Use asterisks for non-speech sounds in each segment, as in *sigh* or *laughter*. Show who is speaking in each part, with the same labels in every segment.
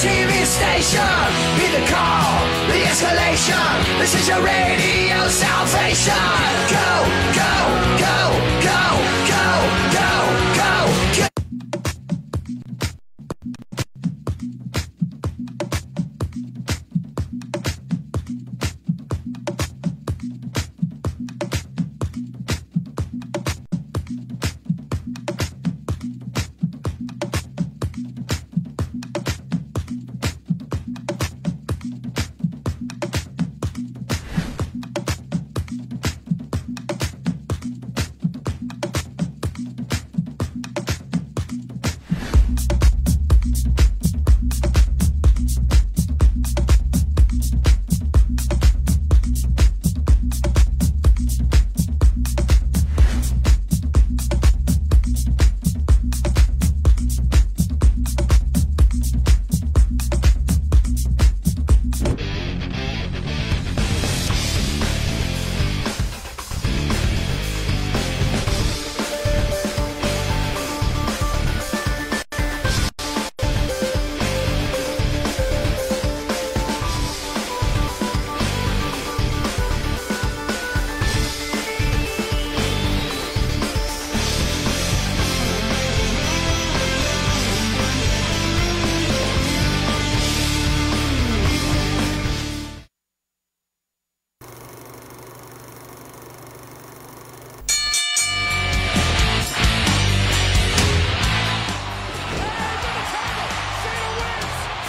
Speaker 1: TV station. Be the call, the escalation. This is your radio salvation. Go, go, go, go, go, go, go, go.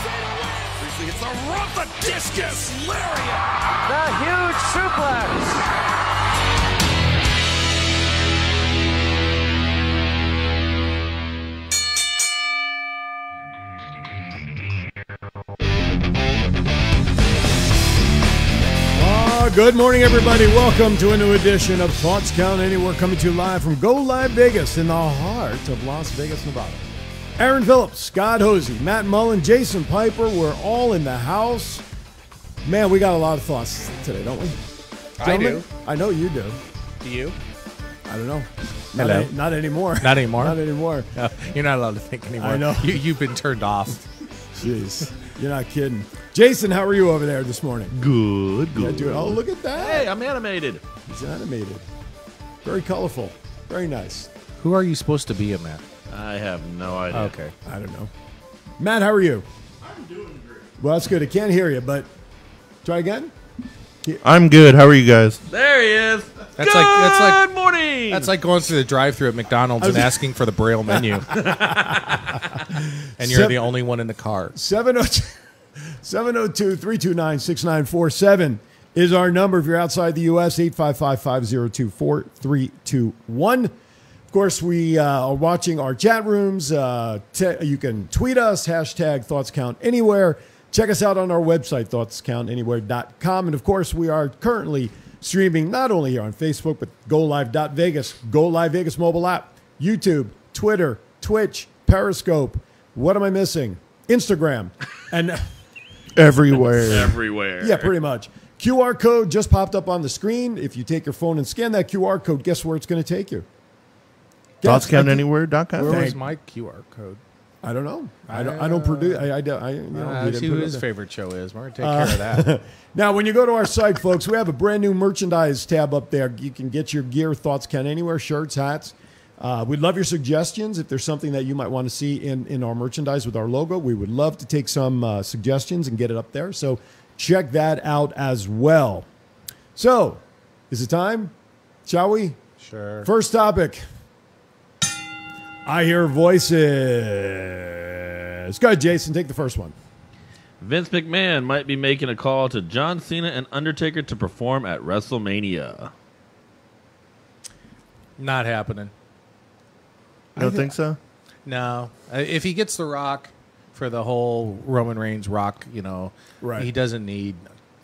Speaker 2: Seriously, It's the rough the discus lariat.
Speaker 3: The huge suplex.
Speaker 4: Ah, good morning, everybody. Welcome to a new edition of Thoughts Count Anywhere, coming to you live from Go Live Vegas in the heart of Las Vegas, Nevada. Aaron Phillips, Scott Hosey, Matt Mullen, Jason Piper, we're all in the house. Man, we got a lot of thoughts today, don't we?
Speaker 5: I do.
Speaker 4: Gentlemen, I know you do.
Speaker 5: Do you?
Speaker 4: I don't know. Not,
Speaker 5: Hello.
Speaker 4: any- not anymore.
Speaker 5: Not anymore?
Speaker 4: *laughs* not anymore.
Speaker 5: No, you're not allowed to think anymore.
Speaker 4: I know.
Speaker 5: You, you've been turned off.
Speaker 4: Jeez, you're not kidding. Jason, how are you over there this morning?
Speaker 6: Good,
Speaker 4: Yeah,
Speaker 6: good.
Speaker 4: dude. Oh, look at that.
Speaker 6: Hey, I'm animated.
Speaker 4: It's animated. Very colorful. Very nice.
Speaker 5: Who are you supposed to be, Matt?
Speaker 6: I have no idea.
Speaker 5: Okay.
Speaker 4: I don't know. Matt, how are you? I'm doing great. Well, that's good. I can't hear you, but try again.
Speaker 7: I'm good. How are you guys?
Speaker 6: There he is.
Speaker 5: That's like that's like
Speaker 6: Good morning.
Speaker 5: that's like going through the drive-through at McDonald's and asking for the Braille menu, and you're
Speaker 4: Sep-
Speaker 5: the only one in the car.
Speaker 4: 702-329-6947 is our number if you're outside the U.S. 855-502-4321. Of course, we uh, are watching our chat rooms. Uh, te- you can tweet us, hashtag thoughts count anywhere. Check us out on our website, thoughtscountanywhere.com. And of course, we are currently streaming not only here on Facebook, but golive.vegas, Go Live Vegas mobile app, YouTube, Twitter, Twitch, Periscope. What am I missing? Instagram. And
Speaker 7: Everywhere.
Speaker 6: everywhere.
Speaker 4: yeah, pretty much. QR code just popped up on the screen. If you take your phone and scan that QR code, guess where it's going to take you? Guess. I,
Speaker 7: ThoughtsCountAnywhere.com.
Speaker 5: Where's my QR code?
Speaker 4: I don't know. I don't, I don't produce. I, I, don't- I, you know,
Speaker 5: Uh,
Speaker 4: we
Speaker 5: see
Speaker 4: didn't
Speaker 5: who
Speaker 4: put it
Speaker 5: his
Speaker 4: up there.
Speaker 5: favorite show is. We're gonna take care of that.
Speaker 4: Now, when you go to our site, folks, we have a brand new merchandise tab up there. You can get your gear, Thoughts Count Anywhere, shirts, hats. Uh, we'd love your suggestions. If there's something that you might want to see in, in our merchandise with our logo, we would love to take some uh, suggestions and get it up there. So check that out as well. So, is it time? Shall we?
Speaker 5: Sure.
Speaker 4: First topic. I hear voices. Go ahead, Jason. Take the first one.
Speaker 6: Vince McMahon might be making a call to John Cena and Undertaker to perform at WrestleMania.
Speaker 5: Not happening.
Speaker 7: You don't think so?
Speaker 5: No, Uh, if he gets the Rock for the whole Roman Reigns Rock, you know,
Speaker 4: Right.
Speaker 5: he doesn't need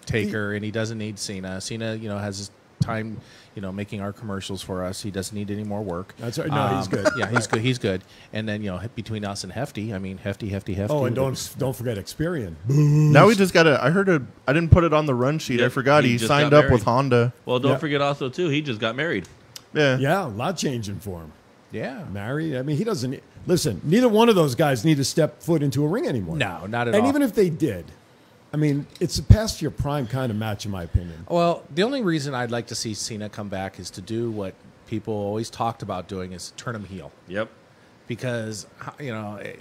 Speaker 5: Taker and he doesn't need Cena. Cena, you know, has his time, you know, making our commercials for us. He doesn't need any more work. Um,
Speaker 4: That's right. No, he's good.
Speaker 5: Yeah, he's good. He's good. And then you know, between us and Hefty, I mean, Hefty, Hefty, Hefty.
Speaker 4: Oh, and don't don't forget Experian.
Speaker 7: Now we just got to. I heard a. I didn't put it on the run sheet. I
Speaker 6: Yeah,
Speaker 7: forgot
Speaker 6: he
Speaker 7: he,
Speaker 6: just
Speaker 7: signed
Speaker 6: got
Speaker 7: up with
Speaker 6: married.
Speaker 7: Honda.
Speaker 6: Well, don't
Speaker 4: Yeah.
Speaker 6: forget also too, he just got married.
Speaker 7: Yeah.
Speaker 4: Yeah, a lot changing for him.
Speaker 5: Yeah.
Speaker 4: Married. I mean, he doesn't. Listen, neither one of those guys need to step foot into a ring anymore.
Speaker 5: No, not at
Speaker 4: and
Speaker 5: all.
Speaker 4: even if they did, I mean, it's a past your prime kind of match, in my opinion.
Speaker 5: Well, the only reason I'd like to see Cena come back is to do what people always talked about doing is turn him heel
Speaker 6: Yep.
Speaker 5: because you know eh,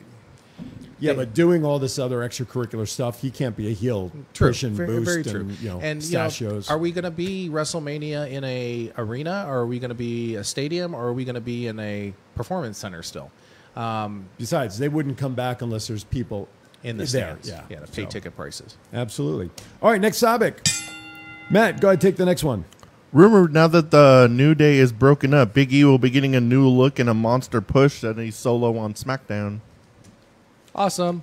Speaker 4: Yeah, but doing all this other extracurricular stuff, he can't be a heel push and
Speaker 5: very,
Speaker 4: boost
Speaker 5: very
Speaker 4: and
Speaker 5: true.
Speaker 4: you know
Speaker 5: and
Speaker 4: stachios.
Speaker 5: You know, are we going to be WrestleMania in a arena, or are we going to be a stadium, or are we going to be in a performance center still? Um,
Speaker 4: Besides, they wouldn't come back unless there's people
Speaker 5: in the
Speaker 4: there.
Speaker 5: stands,
Speaker 4: Yeah,
Speaker 5: yeah, to pay
Speaker 4: So,
Speaker 5: ticket prices.
Speaker 4: Absolutely. All right, next topic. Matt, go ahead take the next one.
Speaker 7: Rumored now that the New Day is broken up, Big E will be getting a new look and a monster push and a solo on SmackDown.
Speaker 5: Awesome.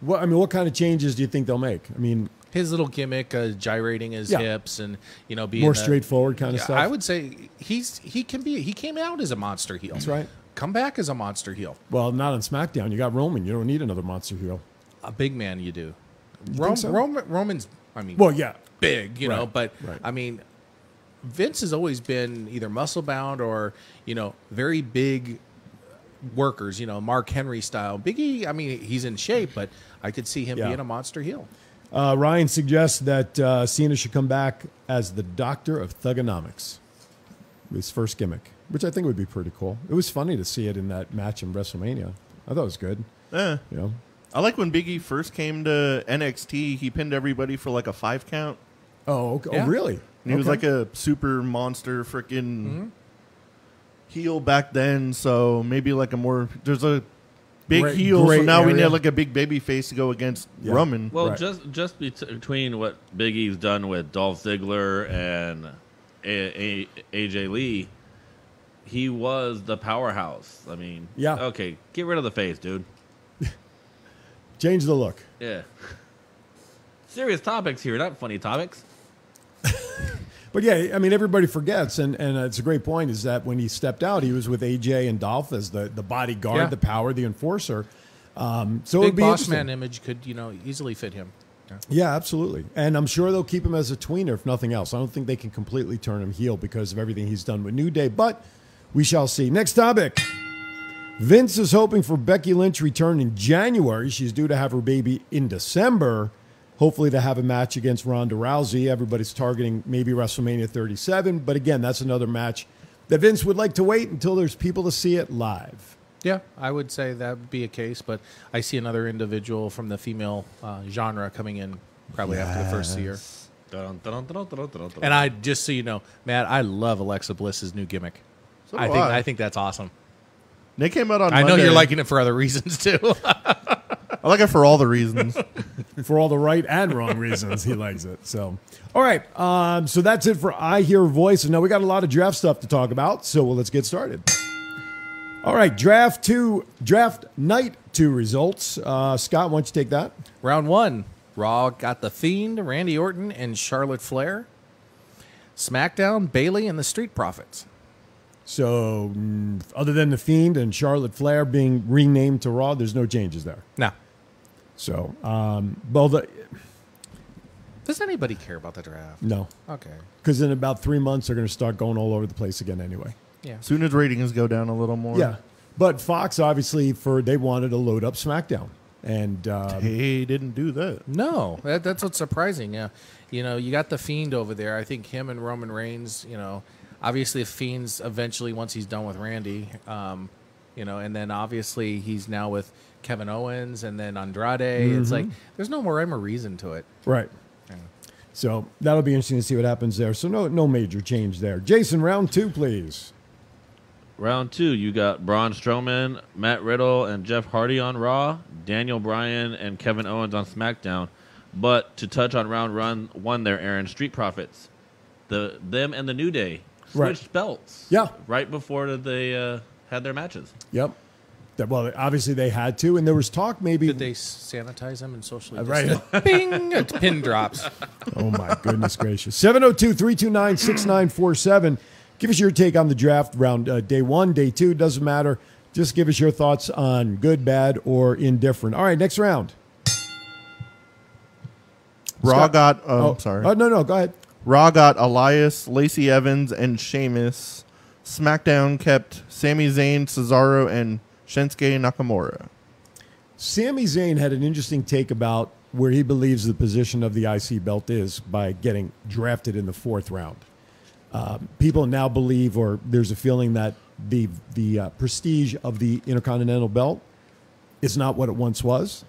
Speaker 4: What I mean, what kind of changes do you think they'll make? I mean,
Speaker 5: His little gimmick, uh, gyrating his
Speaker 4: Yeah.
Speaker 5: hips, and you know, being
Speaker 4: more
Speaker 5: a-
Speaker 4: straightforward kind of
Speaker 5: Yeah,
Speaker 4: stuff.
Speaker 5: I would say he's he can be he came out as a monster heel. That's
Speaker 4: right.
Speaker 5: Come back as a monster heel.
Speaker 4: Well, not on SmackDown. You got Roman. You don't need another monster hero.
Speaker 5: A big man, you do. Rom-
Speaker 4: so?
Speaker 5: Roman, Roman's. I mean,
Speaker 4: Well, yeah.
Speaker 5: big, you know.
Speaker 4: Right,
Speaker 5: But
Speaker 4: right.
Speaker 5: I mean, Vince has always been either muscle bound or you know very big workers. You know, Mark Henry style. Biggie. I mean, he's in shape, but I could see him
Speaker 4: Yeah.
Speaker 5: being a monster heel.
Speaker 4: Uh, Ryan suggests that uh, Cena should come back as the doctor of thugonomics. His first gimmick, which I think would be pretty cool. It was funny to see it in that match in WrestleMania. I thought it was good.
Speaker 7: Eh.
Speaker 4: You know,
Speaker 7: I like when Big E first came to NXT, he pinned everybody for like a five count.
Speaker 4: oh, okay.
Speaker 5: Yeah.
Speaker 4: oh really?
Speaker 7: And he was
Speaker 4: Okay. Mm-hmm.
Speaker 7: like a super monster freaking heel back then, so maybe like a more there's a big
Speaker 4: Gray-
Speaker 7: heel,
Speaker 4: gray
Speaker 7: so now we
Speaker 4: area.
Speaker 7: need like a big baby face to go against
Speaker 4: Yeah.
Speaker 7: Roman.
Speaker 6: Well,
Speaker 4: Right.
Speaker 6: just just bet- between what Big E's done with Dolph Ziggler and a- A- AJ Lee, he was the powerhouse. I mean,
Speaker 4: Yeah.
Speaker 6: Okay, get rid of the face, dude.
Speaker 4: change the look.
Speaker 6: Yeah. *laughs* Serious topics here, not funny topics.
Speaker 4: But yeah, I mean, everybody forgets, and, and it's a great point, is that when he stepped out, he was with AJ and Dolph as the, the bodyguard,
Speaker 5: Yeah.
Speaker 4: the power, the enforcer. Um, so it would
Speaker 5: Big
Speaker 4: be
Speaker 5: boss
Speaker 4: interesting.
Speaker 5: man image could you know easily fit him.
Speaker 4: Yeah, absolutely. And I'm sure they'll keep him as a tweener, if nothing else. I don't think they can completely turn him heel because of everything he's done with New Day, but we shall see. Next topic. Vince is hoping for Becky Lynch return in January. She's due to have her baby in December. Hopefully, to have a match against Ronda Rousey. Everybody's targeting maybe WrestleMania 37, but again, that's another match that Vince would like to wait until there's people to see it live.
Speaker 5: Yeah, I would say that would be a case, but I see another individual from the female uh, genre coming in probably after the first year.
Speaker 6: Dun, dun, dun, dun, dun, dun, dun.
Speaker 5: And I just so you know, Matt, I love Alexa Bliss's new gimmick.
Speaker 7: So
Speaker 5: I
Speaker 7: do
Speaker 5: think
Speaker 7: I.
Speaker 5: I think that's awesome.
Speaker 7: They came out on
Speaker 5: I know
Speaker 7: Monday.
Speaker 5: you're liking it for other *laughs* reasons too.
Speaker 7: I like it for all
Speaker 4: *laughs*
Speaker 7: the reasons.
Speaker 4: for all the right and wrong reasons he likes it so all right um, so that's it for i hear voices now we got a lot of draft stuff to talk about so well, let's get started all right draft two draft night two results uh, scott why don't you take that
Speaker 5: Round one, Raw got the Fiend, Randy Orton, and Charlotte Flair. SmackDown, Bailey, and the Street Profits.
Speaker 4: so mm, other than the fiend and charlotte flair being renamed to raw there's no changes there
Speaker 5: Now,
Speaker 4: so um, well the,
Speaker 5: does anybody care about the draft?
Speaker 4: no
Speaker 5: Okay.
Speaker 4: because in about three months they're going to start going all over the place again anyway
Speaker 5: Yeah.
Speaker 7: Soon as ratings go down a little more.
Speaker 4: Yeah, but Fox obviously for they wanted to load up SmackDown, and uh,
Speaker 7: *laughs* He didn't do that.
Speaker 5: No, that, that's what's surprising. Yeah, you know, you got the Fiend over there. I think him and Roman Reigns. You know, obviously, if Fiend's eventually once he's done with Randy, um, you know, and then obviously he's now with Kevin Owens and then Andrade. It's like there's no more rhyme or reason to it.
Speaker 4: right. So that'll be interesting to see what happens there. So no, no major change there. Jason, round two, please.
Speaker 6: Round two, you got Braun Strowman, Matt Riddle, and Jeff Hardy on Raw, Daniel Bryan and Kevin Owens on SmackDown. But to touch on round run one, there, Aaron Street Profits, the them and the New Day
Speaker 4: Right.
Speaker 6: switched belts.
Speaker 4: Yeah.
Speaker 6: right before they uh, had their matches.
Speaker 4: Yep. That, well, obviously they had to, and there was talk maybe.
Speaker 5: Did they sanitize them and socially?
Speaker 4: Right.
Speaker 5: distance? Bing. It's pin drops.
Speaker 4: *laughs* Oh my goodness gracious. 702-329-6947. Give us your take on the draft round uh, day 1, day 2, doesn't matter. Just give us your thoughts on good, bad or indifferent. All right, next round.
Speaker 7: Raw
Speaker 4: Scott-
Speaker 7: got. Oh, I'm sorry.
Speaker 4: Oh, no, no, go ahead.
Speaker 7: Raw got Elias, Lacey Evans, and Sheamus. SmackDown kept Sami Zayn, Cesaro, and Shinsuke Nakamura.
Speaker 4: Sami Zayn had an interesting take about where he believes the position of the IC belt is by getting drafted in the fourth round. Um, people now believe, or there's a feeling that the the uh, prestige of the Intercontinental belt is not what it once was,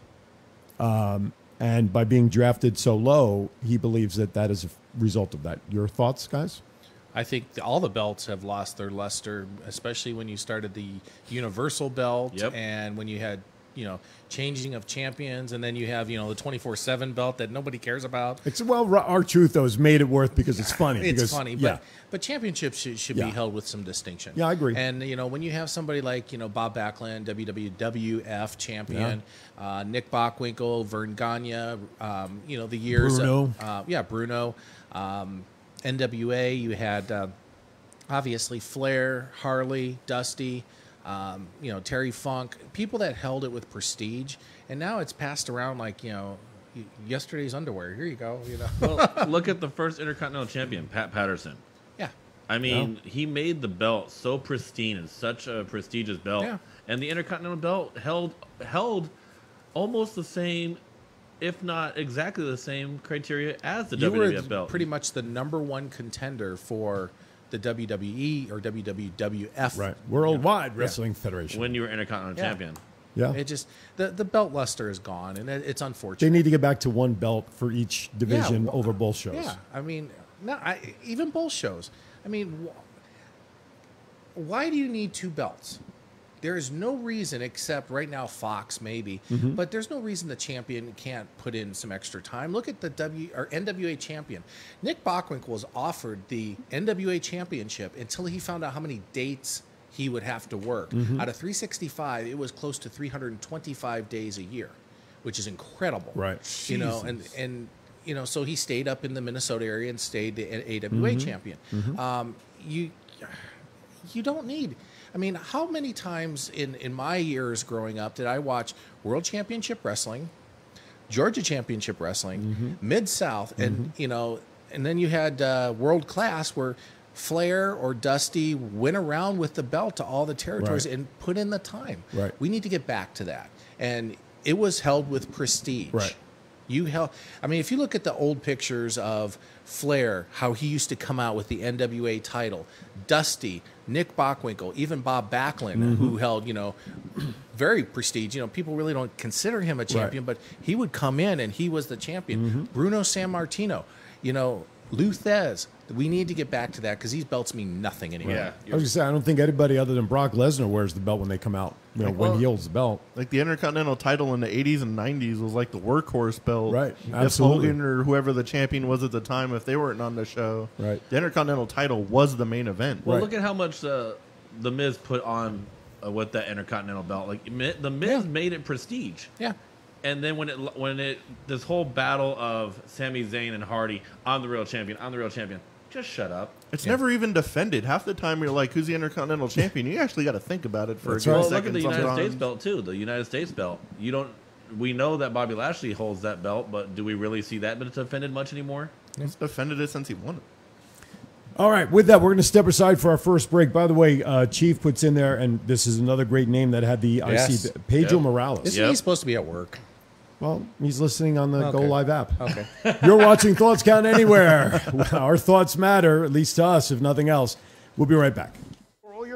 Speaker 4: um, and by being drafted so low, he believes that that is a result of that. Your thoughts, guys?
Speaker 5: I think the, all the belts have lost their luster, especially when you started the universal belt
Speaker 6: Yep.
Speaker 5: and when you had you know changing of champions, and then you have you know the twenty four seven belt that nobody cares about.
Speaker 4: It's well, our truth though has made it worth
Speaker 5: *laughs*
Speaker 4: because it's funny.
Speaker 5: It's
Speaker 4: because-
Speaker 5: funny,
Speaker 4: yeah.
Speaker 5: but but championships should, should
Speaker 4: Yeah.
Speaker 5: be held with some distinction.
Speaker 4: Yeah, I agree.
Speaker 5: And you know, when you have somebody like you know Bob Backlund, WWF champion, uh, Nick Bockwinkel, Vern Gagne, um, you know the years,
Speaker 4: Bruno.
Speaker 5: uh, yeah, Bruno, um, NWA. You had uh, obviously Flair, Harley, Dusty. Um, you know Terry Funk, people that held it with prestige, and now it's passed around like you know y- yesterday's underwear. Here you go, you know. *laughs*
Speaker 6: Well, *laughs* look at the first Intercontinental Champion, Pat Patterson.
Speaker 5: yeah,
Speaker 6: I mean, he made the belt so pristine and such a prestigious belt,
Speaker 5: Yeah.
Speaker 6: and the Intercontinental belt held held almost the same, if not exactly the same criteria as the
Speaker 5: you were
Speaker 6: WWF E belt.
Speaker 5: pretty much the number one contender for the WWE or WWF.
Speaker 4: Right. Worldwide Wrestling Federation.
Speaker 6: when you were Intercontinental
Speaker 5: Yeah.
Speaker 6: Champion.
Speaker 4: yeah.
Speaker 5: It just the, the belt luster is gone, and it, it's
Speaker 4: They
Speaker 5: unfortunate.
Speaker 4: need to get back to one belt for each division
Speaker 5: Yeah, wh-
Speaker 4: over both shows.
Speaker 5: Yeah, I mean, no, I, even both shows. I mean, wh- why do you need two belts? There is no reason, except right now Fox maybe, but there's no reason the champion can't put in some extra time. Look at the W or NWA champion. Nick Bockwinkel was offered the NWA championship until he found out how many dates he would have to work. Out of 365, it was close to 325 days a year, which is incredible.
Speaker 4: Right.
Speaker 5: You know, and and you know, so he stayed up in the Minnesota area and stayed the A- AWA champion. Um, you you don't need. I mean, how many times in in my years growing up did I watch World Championship Wrestling, Georgia Championship Wrestling,
Speaker 4: Mm-hmm.
Speaker 5: Mid South, and you know, and then you had uh, World Class where. Flair or Dusty went around with the belt to all the territories
Speaker 4: Right.
Speaker 5: and put in the time.
Speaker 4: Right.
Speaker 5: We need to get back to that. And it was held with prestige.
Speaker 4: Right.
Speaker 5: You held. I mean, if you look at the old pictures of Flair, how he used to come out with the NWA title, Dusty, Nick Bockwinkel, even Bob Backlund, who held, you know, *clears throat* very prestige. You know, people really don't consider him a champion, but he would come in and he was the champion. Bruno San Martino, you know, Luthez. We need to get back to that because these belts mean nothing anymore.
Speaker 6: Yeah,
Speaker 4: I was gonna say I don't think anybody other than Brock Lesnar wears the belt when they come out. You know, when he holds the belt.
Speaker 7: Like the Intercontinental title in the 80s and 90s was like the workhorse belt.
Speaker 4: Right,
Speaker 7: If
Speaker 4: absolutely.
Speaker 7: Hogan or whoever the champion was at the time, if they weren't on the show,
Speaker 4: Right.
Speaker 7: the Intercontinental title was the main event.
Speaker 6: Well,
Speaker 4: Right.
Speaker 6: look at how much uh, the Miz put on uh, with that Intercontinental belt. Like Mi- the Miz made it prestige.
Speaker 5: Yeah.
Speaker 6: And then when it when it this whole battle of Sami Zayn and Hardy, I'm the real champion. I'm the real champion. Just shut up.
Speaker 7: It's never even defended. Half the time you're like, who's the Intercontinental champion? You actually got to think about it for
Speaker 4: That's
Speaker 7: a good
Speaker 4: right.
Speaker 6: Well, look
Speaker 7: second.
Speaker 6: at the United
Speaker 7: sometimes.
Speaker 6: States belt too. The United States belt. You don't. We know that Bobby Lashley holds that belt, but do we really see that been defended much anymore?
Speaker 7: He's defended it since he won it.
Speaker 4: All right, with that, we're going to step aside for our first break. By the way, uh, Chief puts in there, and this is another great name that had the
Speaker 5: Yes.
Speaker 4: IC, Pedro
Speaker 6: Yep.
Speaker 4: Morales.
Speaker 5: Isn't
Speaker 6: Yep.
Speaker 5: he supposed to be at work?
Speaker 4: Well, he's listening on the Go
Speaker 5: Okay.
Speaker 4: Live app.
Speaker 5: Okay.
Speaker 4: *laughs* You're watching Thoughts Count Anywhere. *laughs* Our thoughts matter, at least to us, if nothing else. We'll be right back.
Speaker 8: For all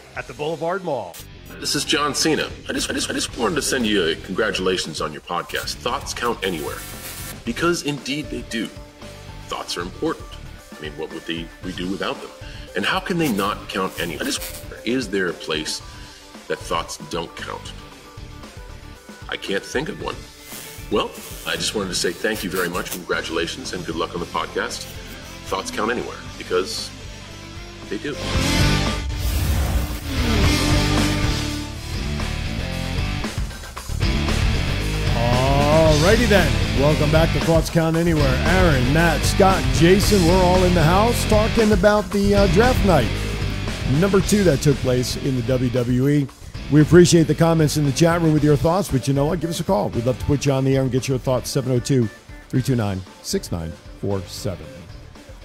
Speaker 8: at the Boulevard Mall.
Speaker 9: This is John Cena. I just, I just, I just wanted to send you a congratulations on your podcast. Thoughts count anywhere, because indeed they do. Thoughts are important. I mean, what would they we do without them? And how can they not count anywhere? I just, is there a place that thoughts don't count? I can't think of one. Well, I just wanted to say thank you very much, congratulations, and good luck on the podcast. Thoughts count anywhere because they do.
Speaker 4: Alrighty then. Welcome back to Thoughts Count Anywhere. Aaron, Matt, Scott, Jason, we're all in the house talking about the uh, draft night. Number two that took place in the WWE. We appreciate the comments in the chat room with your thoughts, but you know what? Give us a call. We'd love to put you on the air and get your thoughts 702 329 6947.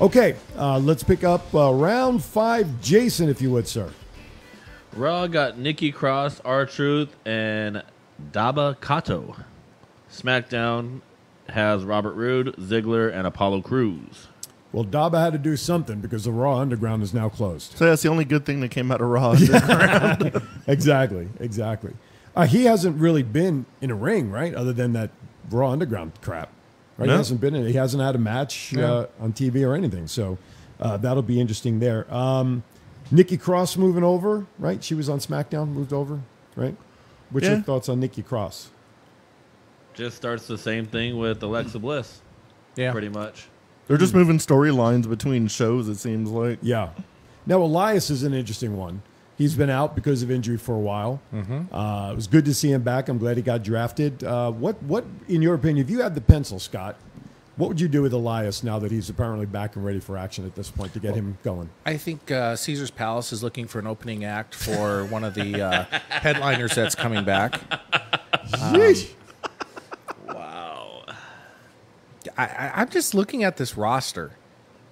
Speaker 4: Okay, uh, let's pick up uh, round five. Jason, if you would, sir.
Speaker 6: Raw got Nikki Cross, R Truth, and Daba Kato. SmackDown has Robert Roode, Ziggler, and Apollo Crews.
Speaker 4: Well, Daba had to do something because the Raw Underground is now closed.
Speaker 7: So that's the only good thing that came out
Speaker 4: *laughs*
Speaker 7: of Raw.
Speaker 4: Exactly, exactly. Uh, he hasn't really been in a ring, right? Other than that Raw Underground crap, right? He
Speaker 7: No.
Speaker 4: hasn't been in. He hasn't had a match uh, on TV or anything. So uh, that'll be interesting there. Um, Nikki Cross moving over, right? She was on SmackDown, moved over, right? What's your
Speaker 7: Yeah.
Speaker 4: thoughts on Nikki Cross?
Speaker 6: Just starts the same thing with Alexa Bliss,
Speaker 5: Yeah.
Speaker 6: pretty much.
Speaker 7: They're just moving storylines between shows. It seems like.
Speaker 4: Yeah. Now Elias is an interesting one. He's been out because of injury for a while. Uh, it was good to see him back. I'm glad he got drafted. Uh, what, what, in your opinion, if you had the pencil, Scott, what would you do with Elias now that he's apparently back and ready for action at this point to get him going?
Speaker 5: I think uh, Caesar's Palace is looking for an opening act
Speaker 4: *laughs*
Speaker 5: for one of the uh, headliners that's coming back.
Speaker 4: Yeesh.
Speaker 5: I, I, I'm just looking at this roster,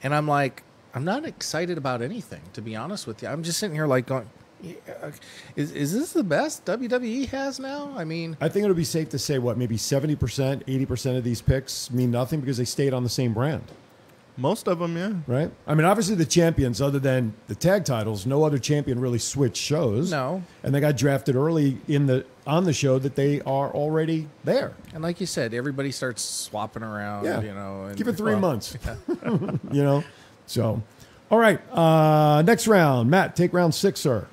Speaker 5: and I'm like, I'm not excited about anything. To be honest with you, I'm just sitting here like going, "Yeah, uh, is is this the best WWE has now? I mean,
Speaker 4: I think it'll be safe to say what maybe seventy percent, eighty percent of these picks mean nothing because they stayed on the same brand,
Speaker 7: Most of them, yeah.
Speaker 4: right? I mean, obviously the champions, other than the tag titles, no other champion really switched shows.
Speaker 5: No.
Speaker 4: and they got drafted early in the on the show that they are already there.
Speaker 5: and like you said, everybody starts swapping around.
Speaker 4: Yeah,
Speaker 5: you know, and,
Speaker 4: give it three
Speaker 5: well,
Speaker 4: months. *laughs* you know, so all right, uh, next round, Matt, take round six, sir.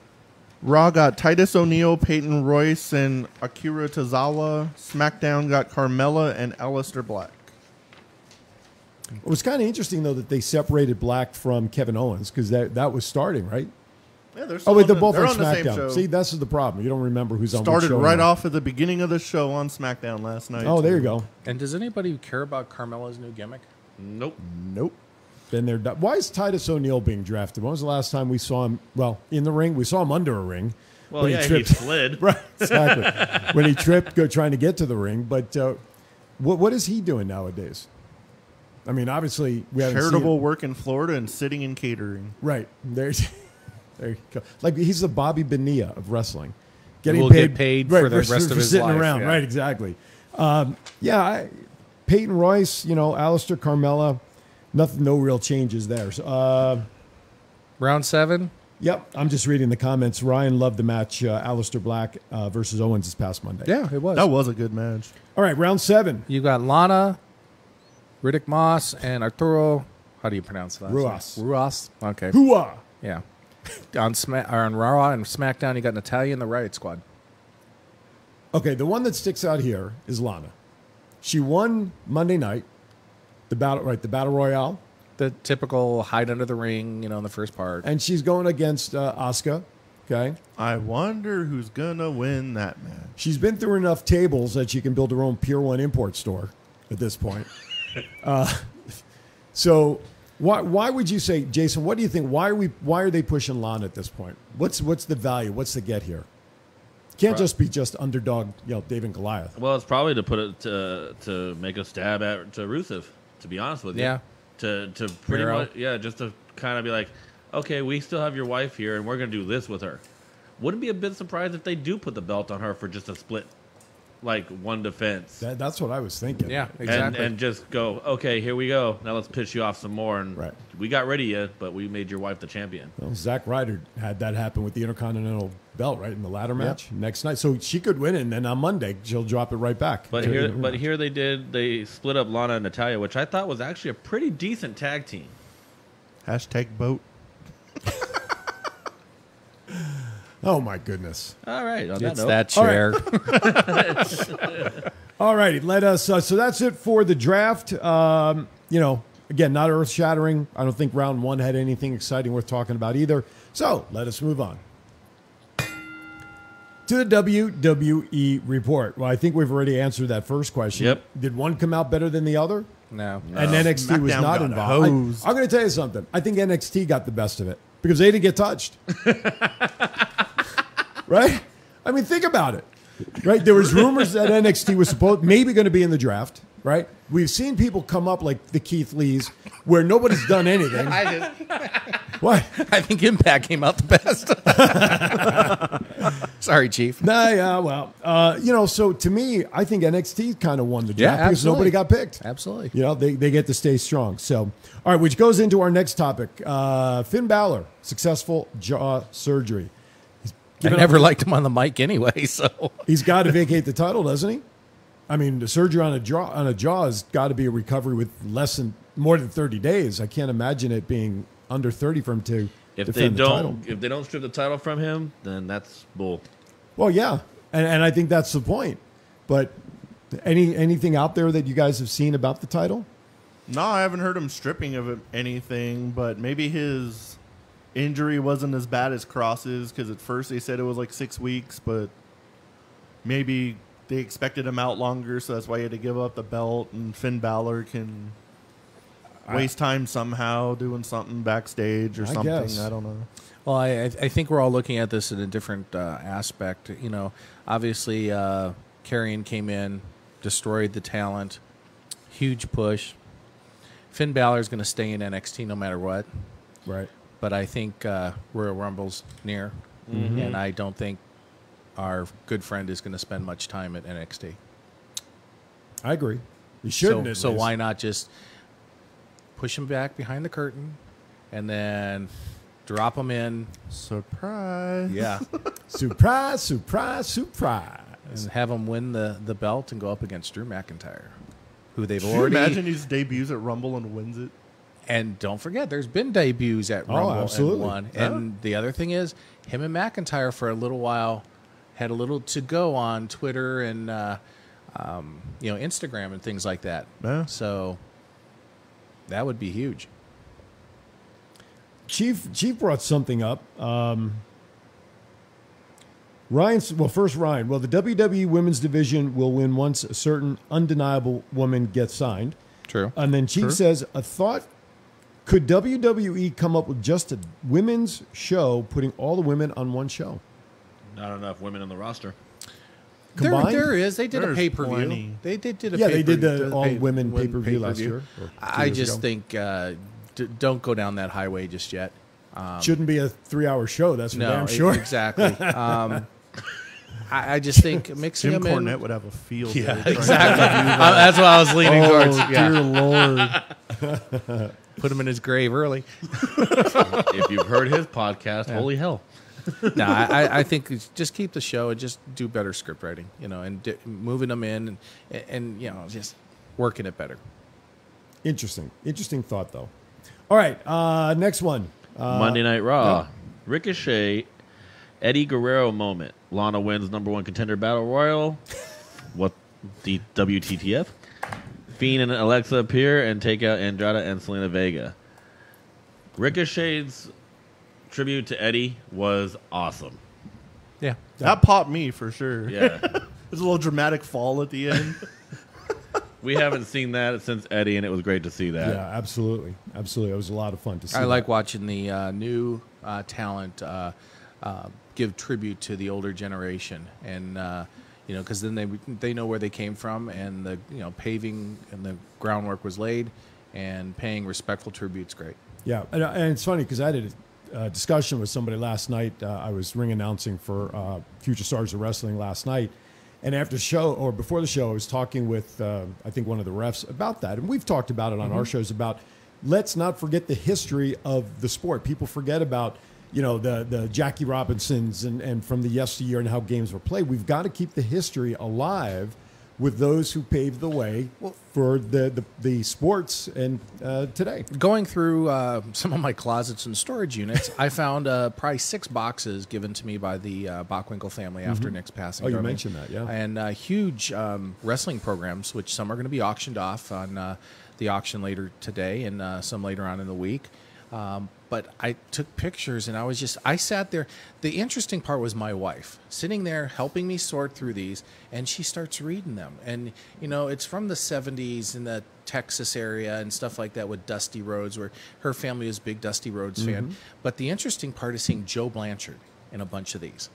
Speaker 7: Raw got Titus O'Neil, Peyton Royce, and Akira Tozawa. SmackDown got Carmella and Aleister Black.
Speaker 4: It was kind of interesting though that they separated Black from Kevin Owens because that that was starting right.
Speaker 7: Yeah, they're
Speaker 4: Oh wait, they're
Speaker 7: the-
Speaker 4: both
Speaker 7: they're
Speaker 4: on
Speaker 7: the same
Speaker 4: SmackDown.
Speaker 7: show.
Speaker 4: See, this is the problem. You don't remember who's on. which
Speaker 7: started
Speaker 4: show
Speaker 7: right
Speaker 4: now.
Speaker 7: off at the beginning of the show on SmackDown last night.
Speaker 4: Oh, there you go.
Speaker 5: And does anybody care about Carmella's new gimmick?
Speaker 6: Nope.
Speaker 4: Nope. Then they're done. Why is Titus O'Neil being drafted? When was the last time we saw him? Well, in the ring, we saw him under a ring.
Speaker 6: Well,
Speaker 4: when
Speaker 6: yeah, he
Speaker 4: tripped.
Speaker 6: slid.
Speaker 4: right, *laughs* exactly. when he tripped, go trying to get to the ring. But uh, what what is he doing nowadays? I mean, obviously we haven't seen
Speaker 7: Charitable work in Florida and sitting and catering.
Speaker 4: Right. There's *laughs* there you go. Like he's the Bobby Bonilla of wrestling.
Speaker 5: will get paid for the
Speaker 4: versus-
Speaker 5: rest of his
Speaker 4: sitting
Speaker 5: life,
Speaker 4: around.
Speaker 5: yeah.
Speaker 4: Right, exactly. Um, yeah, I, Peyton Royce, you know, Alistair Carmella, nothing no real changes there. So, uh,
Speaker 5: Round seven.
Speaker 4: yep, I'm just reading the comments. Ryan loved the match uh, Alistair Black uh, versus Owens this past Monday.
Speaker 5: Yeah, it was.
Speaker 7: That was a good match.
Speaker 4: All right, round 7.
Speaker 5: You got Lana, Riddick Moss, and Arturo. How do you pronounce that?
Speaker 4: Ruas.
Speaker 5: Ruas. Okay.
Speaker 4: Hooah.
Speaker 5: Yeah. on Sma- or on Raw and SmackDown, you got Natalia and the Riot Squad.
Speaker 4: Okay, the one that sticks out here is Lana. She won Monday night the battle right, the battle royale.
Speaker 5: The typical hide under the ring, you know, in the first part.
Speaker 4: and she's going against uh, Asuka. Okay,
Speaker 7: I wonder who's gonna win that match.
Speaker 4: she's been through enough tables that she can build her own Pier One import store at this point. uh, so, why why would you say, Jason? What do you think? Why are we why are they pushing Lana at this point? What's what's the value? What's the get here? Can't just be just underdog, you know, David and Goliath.
Speaker 6: Well, it's probably to put it to to make a stab at to Rusev. To be honest with you,
Speaker 5: Yeah.
Speaker 6: To to pretty
Speaker 5: Miro.
Speaker 6: much yeah, just to kind of be like, okay, we still have your wife here, and we're gonna do this with her. Wouldn't be a bit surprised if they do put the belt on her for just a split, like one defense,
Speaker 4: That, that's what I was thinking.
Speaker 5: yeah,
Speaker 6: and
Speaker 5: exactly.
Speaker 6: and just go, okay, here we go. Now let's piss you off some more, and
Speaker 4: Right.
Speaker 6: we got rid of you, but we made your wife the champion.
Speaker 4: Well, Zack Ryder had that happen with the Intercontinental Belt, right in the ladder match next night. So she could win it, and then on Monday she'll drop it right back.
Speaker 6: But
Speaker 4: to the
Speaker 6: here,
Speaker 4: rematch.
Speaker 6: but here they did. They split up Lana and Natalia, which I thought was actually a pretty decent tag team.
Speaker 7: Hashtag boat.
Speaker 4: oh my goodness.
Speaker 6: All right, on that
Speaker 5: it's
Speaker 6: note,
Speaker 5: that chair.
Speaker 4: All All righty, let us. Uh, so that's it for the draft. Um, you know, again, not earth shattering. I don't think round one had anything exciting worth talking about either. So let us move on to the WWE report. Well, I think we've already answered that first question.
Speaker 6: Yep.
Speaker 4: Did one come out better than the other?
Speaker 5: *laughs* No.
Speaker 4: and NXT was
Speaker 7: SmackDown
Speaker 4: not
Speaker 7: got
Speaker 4: involved. I, am
Speaker 7: hosed.
Speaker 4: going to tell you something. I think NXT got the best of it because they didn't get *laughs* touched. right? I mean, think about it. Right? There was rumors that NXT was supposed maybe going to be in the draft. Right? We've seen people come up like the Keith Lees, where nobody's done anything. *laughs*
Speaker 5: I, *laughs* just,
Speaker 4: what?
Speaker 5: I think Impact came out the best. *laughs* Sorry, Chief.
Speaker 4: Nah, yeah, well, uh, you know, so to me, I think NXT kind of won the
Speaker 5: Yeah,
Speaker 4: draft because nobody
Speaker 5: absolutely.
Speaker 4: got picked.
Speaker 5: Absolutely.
Speaker 4: You know, they, they get to stay strong. So, all right, which goes into our next topic uh, Finn Balor, successful jaw surgery.
Speaker 5: I never liked him on the mic anyway, *laughs* so
Speaker 4: He's got to vacate the title, doesn't he? I mean, the surgery on a jaw on a jaw has got to be a recovery with less than more than thirty days. I can't imagine it being under thirty for him to
Speaker 6: If they
Speaker 4: defend the title.
Speaker 6: don't, if they don't strip the title from him, then that's bull.
Speaker 4: Well, yeah, and, and I think that's the point. But any anything out there that you guys have seen about the title?
Speaker 7: No, I haven't heard him stripping of him anything, but maybe his injury wasn't as bad as Cross's because at first they said it was like six weeks, but maybe they expected him out longer, so that's why he had to give up the belt. And Finn Balor can waste time somehow doing something backstage or
Speaker 4: I
Speaker 7: something.
Speaker 4: guess.
Speaker 7: I don't know.
Speaker 5: Well, I, I I think we're all looking at this in a different uh, aspect. You know, obviously, uh, Carrion came in, destroyed the talent, huge push. Finn Balor's going to stay in NXT no matter what,
Speaker 4: Right.
Speaker 5: but I think uh, Royal Rumble's near, and I don't think our good friend is going to spend much time at NXT.
Speaker 4: I agree. You shouldn't.
Speaker 5: So,
Speaker 4: at
Speaker 5: so
Speaker 4: least.
Speaker 5: why not just push him back behind the curtain, and then drop him in?
Speaker 7: Surprise.
Speaker 5: Yeah.
Speaker 4: Surprise! Surprise! Surprise!
Speaker 5: and have him win the, the belt and go up against Drew McIntyre, who they've
Speaker 7: Can you
Speaker 5: already.
Speaker 7: imagine he just debuts at Rumble and wins it?
Speaker 5: and don't forget, there's been debuts at
Speaker 4: Oh,
Speaker 5: Rumble
Speaker 4: absolutely.
Speaker 5: and one. And the other thing is, him and McIntyre for a little while had a little to go on Twitter and uh, um, you know Instagram and things like that.
Speaker 7: Yeah.
Speaker 5: So that would be huge.
Speaker 4: Chief Chief brought something up. Um, Ryan's well, first Ryan. Well, the WWE Women's Division will win once a certain undeniable woman gets signed.
Speaker 5: True.
Speaker 4: And then Chief says, a thought could WWE come up with just a women's show, putting all the women on one show?
Speaker 6: Not enough women on the roster.
Speaker 5: There,
Speaker 4: combined?
Speaker 5: there is. They did a
Speaker 7: There's
Speaker 5: pay per view.
Speaker 7: plenty.
Speaker 5: They did, did a
Speaker 4: Yeah, they did
Speaker 5: pay-per-view-
Speaker 4: the all
Speaker 5: pay-
Speaker 4: women
Speaker 5: one
Speaker 4: pay per view last
Speaker 5: pay-per-view.
Speaker 4: year. or two
Speaker 5: I
Speaker 4: years
Speaker 5: just
Speaker 4: ago.
Speaker 5: think uh, d- don't go down that highway just yet.
Speaker 4: shouldn't be a three hour show. That's for
Speaker 5: No,
Speaker 4: damn
Speaker 5: e-
Speaker 4: sure.
Speaker 5: exactly. Um, I, I just think mixing
Speaker 7: Jim
Speaker 5: them in.
Speaker 7: Cornette would have a field.
Speaker 4: Yeah,
Speaker 7: day trying to
Speaker 5: Exactly.
Speaker 7: do that.
Speaker 5: Uh, *laughs* that's what I was leaning towards.
Speaker 7: *laughs* Oh,
Speaker 5: Yeah.
Speaker 7: dear lord.
Speaker 5: Put him in his grave *laughs* early.
Speaker 6: if you've heard his podcast, holy hell.
Speaker 5: no, I, I- I think it's- just keep the show and just do better script writing, you know, and di- moving them in and, and, you know, just working it better.
Speaker 4: Interesting. Interesting thought, though. All right. Uh, next one.
Speaker 6: Monday Night Raw. Ricochet, Eddie Guerrero moment. Lana wins number one contender battle royal. what the WTTF? Fiend and Alexa appear and take out Andrada and Selena Vega. Ricochet's tribute to Eddie was awesome.
Speaker 5: Yeah.
Speaker 7: That popped me for
Speaker 4: *laughs*
Speaker 7: sure.
Speaker 6: Yeah.
Speaker 7: There's a little dramatic fall at the end.
Speaker 6: we haven't seen that since Eddie, and it was great to see that.
Speaker 4: Yeah, absolutely. Absolutely. It was a lot of fun to see.
Speaker 5: Uh, I
Speaker 4: that.
Speaker 5: like watching the uh, new uh, talent uh, uh, give tribute to the older generation, and uh, you know, because then they they know where they came from, and the you know paving and the groundwork was laid, and paying respectful tribute's great.
Speaker 4: Yeah, and, uh, and it's funny because I had a uh, discussion with somebody last night. Uh, I was ring announcing for uh, Future Stars of Wrestling last night, and after the show or before the show, I was talking with uh, I think one of the refs about that, and we've talked about it on our shows about let's not forget the history of the sport. People forget about you know the the Jackie Robinsons and and from the yesteryear and how games were played. We've got to keep the history alive. With those who paved the way for the, the, the sports and uh, today.
Speaker 5: Going through uh, some of my closets and storage units, I found uh, probably six boxes given to me by the uh, Bachwinkle family after Nick's passing.
Speaker 4: Oh, you
Speaker 5: Darlene.
Speaker 4: mentioned that, yeah.
Speaker 5: And uh, huge um, wrestling programs, which some are going to be auctioned off on uh, the auction later today and uh, some later on in the week. Um, but I took pictures and I was just, I sat there. The interesting part was my wife sitting there helping me sort through these, and she starts reading them. And, you know, it's from the 70s in the Texas area and stuff like that with Dusty Rhodes, where her family was big Dusty Rhodes fan. But the interesting part is seeing Joe Blanchard in a bunch of these.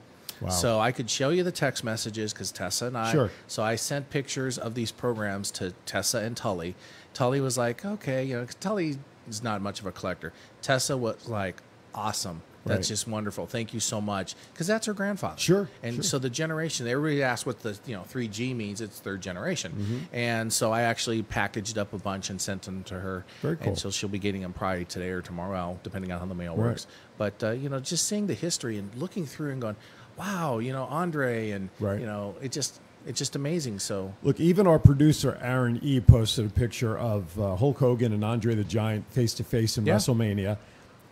Speaker 5: So I could show you the text messages because Tessa and I.
Speaker 4: Sure.
Speaker 5: So I sent pictures of these programs to Tessa and Tully. Tully was like, okay, you know, 'cause Tully is not much of a collector. Tessa was like, awesome. That's
Speaker 4: Right.
Speaker 5: just wonderful. Thank you so much. Because that's her grandfather.
Speaker 4: Sure,
Speaker 5: And
Speaker 4: sure.
Speaker 5: so the generation, everybody asks what the you know three G means. It's third generation.
Speaker 4: Mm-hmm.
Speaker 5: And so I actually packaged up a bunch and sent them to her.
Speaker 4: Very cool.
Speaker 5: And so she'll be getting them probably today or tomorrow, well, depending on how the mail
Speaker 4: Right.
Speaker 5: works. But uh, you know, just seeing the history and looking through and going, wow, you know, Andre and
Speaker 4: Right.
Speaker 5: you know, it just it's just amazing. So
Speaker 4: Look, even our producer Aaron E posted a picture of uh, Hulk Hogan and Andre the Giant face to face in
Speaker 5: Yeah.
Speaker 4: WrestleMania,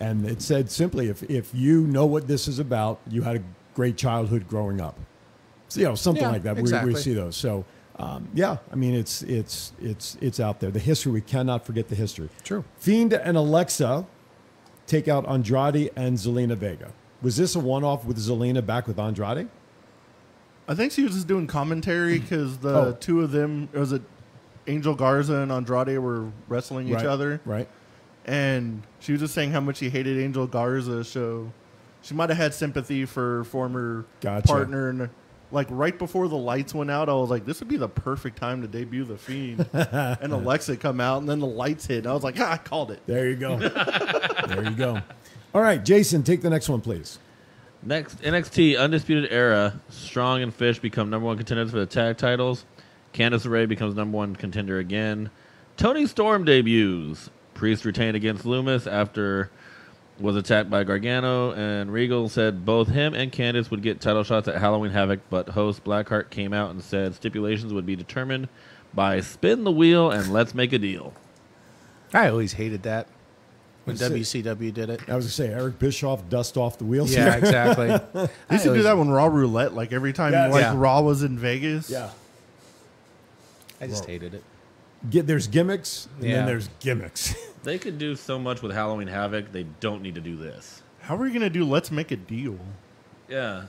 Speaker 4: and it said simply, "If if you know what this is about, you had a great childhood growing up." So, you know, something
Speaker 5: Yeah,
Speaker 4: like that. We,
Speaker 5: exactly.
Speaker 4: we see those. So, um, yeah, I mean, it's it's it's it's out there. The history we cannot forget the history.
Speaker 5: True.
Speaker 4: Fiend and Alexa take out Andrade and Zelina Vega. Was this a one-off with Zelina back with Andrade?
Speaker 7: *laughs* I think she was just doing commentary because the
Speaker 4: Oh.
Speaker 7: two of them, or was it Angel Garza and Andrade, were wrestling each
Speaker 4: Right,
Speaker 7: other.
Speaker 4: Right.
Speaker 7: And she was just saying how much she hated Angel Garza. So she might have had sympathy for her former
Speaker 4: Gotcha.
Speaker 7: partner. And like right before the lights went out, I was like, this would be the perfect time to debut
Speaker 4: *laughs*
Speaker 7: The Fiend and Alexa come out. And then the lights hit. And I was like, ah, I called it.
Speaker 4: There you go. there you go. All right, Jason, take the next one, please.
Speaker 6: Next, NXT Undisputed Era, Strong and Fish become number one contenders for the tag titles. Candice LeRae becomes number one contender again. Tony Storm debuts. Priest retained against Loomis after was attacked by Gargano, and Regal said both him and Candice would get title shots at Halloween Havoc, but host Blackheart came out and said stipulations would be determined by spin the wheel and let's make a deal.
Speaker 5: I always hated that when
Speaker 4: That's it.
Speaker 5: WCW did it. *laughs*
Speaker 4: I was gonna say Eric Bischoff dust off the wheels.
Speaker 5: Yeah,
Speaker 4: here.
Speaker 5: exactly.
Speaker 7: They used to do that when Raw Roulette, like every time
Speaker 4: Yes.
Speaker 7: like
Speaker 5: Yeah.
Speaker 7: Raw was in Vegas.
Speaker 4: yeah.
Speaker 5: I just hated it.
Speaker 4: Get, there's gimmicks, and then
Speaker 5: Yeah.
Speaker 4: there's gimmicks. *laughs*
Speaker 6: They could do so much with Halloween Havoc. They don't need to do this.
Speaker 7: How are you going to do Let's Make a Deal?
Speaker 6: Yeah.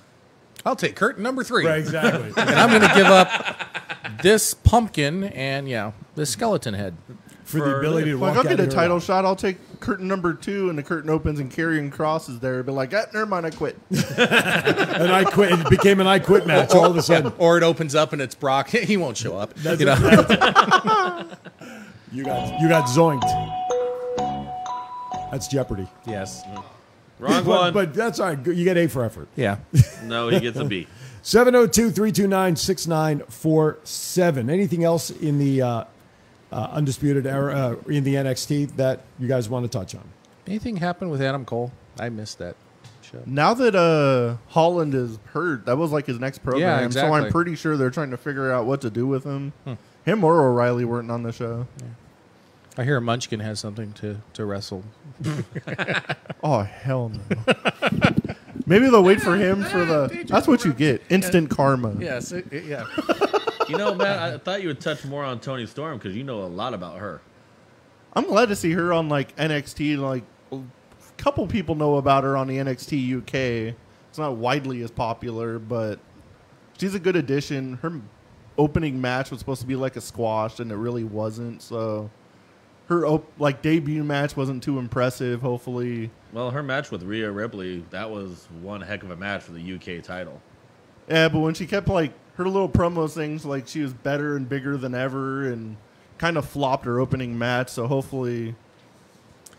Speaker 5: I'll take curtain number three. *laughs*
Speaker 4: exactly.
Speaker 5: And I'm going to give up *laughs* this pumpkin and, yeah, this skeleton head.
Speaker 4: For the ability to
Speaker 7: Like,
Speaker 4: walk
Speaker 7: I'll
Speaker 4: out
Speaker 7: get a
Speaker 4: here-
Speaker 7: title shot. I'll take curtain number two, and the curtain opens, and Carrion Cross is there. Be like, ah, never mind,
Speaker 4: *laughs*
Speaker 7: I quit.
Speaker 4: and I quit. It became an I quit match all of a sudden.
Speaker 5: Or it opens up and it's Brock. *laughs* he won't show up.
Speaker 4: That's
Speaker 5: you know?
Speaker 4: You got you got zoinked. That's Jeopardy.
Speaker 5: *laughs* Yes.
Speaker 4: *laughs*
Speaker 6: Wrong
Speaker 4: But,
Speaker 6: one.
Speaker 4: but that's all right. Good- You get A for effort.
Speaker 5: *laughs* Yeah.
Speaker 6: No, he gets a B.
Speaker 4: 702 329 6947. Anything else in the uh, uh, Undisputed Era, uh, in the NXT that you guys want to touch on?
Speaker 5: Anything happened with Adam Cole? I missed that show.
Speaker 7: Now that uh, Holland is hurt, that was like his next program.
Speaker 5: Yeah,
Speaker 7: So I'm
Speaker 5: exactly. Hmm.
Speaker 7: pretty sure they're trying to figure out what to do with him. Him or O'Reilly weren't on the show.
Speaker 5: I hear Munchkin has something to, to wrestle.
Speaker 7: Oh hell no. *laughs* Maybe they'll wait for him for the. That's what you get. Instant karma.
Speaker 5: Yes. yeah.
Speaker 6: You know, Matt, I thought you would touch more on Tony Storm because you know a lot about her.
Speaker 7: I'm glad to see her on like NXT. Like a couple people know about her on the NXT UK. It's not widely as popular, but she's a good addition. Her opening match was supposed to be like a squash, and it really wasn't. So her op- like debut match wasn't too impressive. Hopefully,
Speaker 6: Well, her match with Rhea Ripley, that was one heck of a match for the UK title.
Speaker 7: yeah. But when she kept like her little promo things, like she was better and bigger than ever, and kind of flopped her opening match. So hopefully.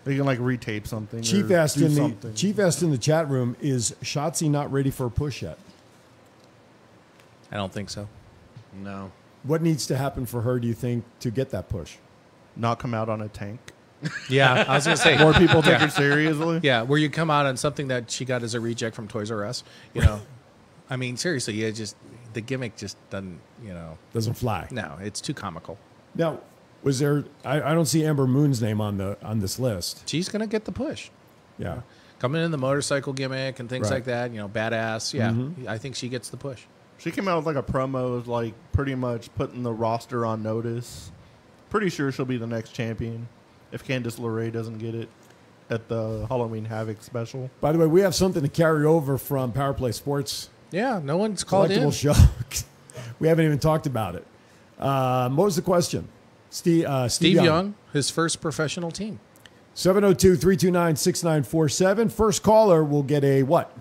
Speaker 7: They can like retape something.
Speaker 4: Chief
Speaker 7: or
Speaker 4: asked
Speaker 7: do
Speaker 4: in the
Speaker 7: something.
Speaker 4: Chief asked in the chat room, is Shotzi not ready for a push yet?
Speaker 5: I don't think so.
Speaker 6: No.
Speaker 4: What needs to happen for her, do you think, to get that push?
Speaker 7: not come out on a tank.
Speaker 5: Yeah. I was going to *laughs* say.
Speaker 7: More people take her seriously.
Speaker 5: Yeah, where you come out on something that she got as a reject from Toys R Us, you know. I mean, seriously, yeah, just the gimmick just doesn't, you know.
Speaker 4: Doesn't fly.
Speaker 5: No, it's too comical.
Speaker 4: Now, was there I, I don't see Amber Moon's name on the on this list.
Speaker 5: She's gonna get the push,
Speaker 4: Yeah.
Speaker 5: coming in the motorcycle gimmick and things
Speaker 4: Right.
Speaker 5: like that. You know, badass. Yeah, I think she gets the push.
Speaker 7: She came out with like a promo, of, like pretty much putting the roster on notice. Pretty sure she'll be the next champion if Candice LeRae doesn't get it. at the Halloween Havoc special.
Speaker 4: By the way, we have something to carry over from Power Play Sports *laughs*
Speaker 5: Yeah, no one's called in.
Speaker 4: collectible show. we haven't even talked about it. Um, what was the question? Steve, uh,
Speaker 5: Steve Young. his first professional team.
Speaker 4: 702 329 6947. First caller will get a what?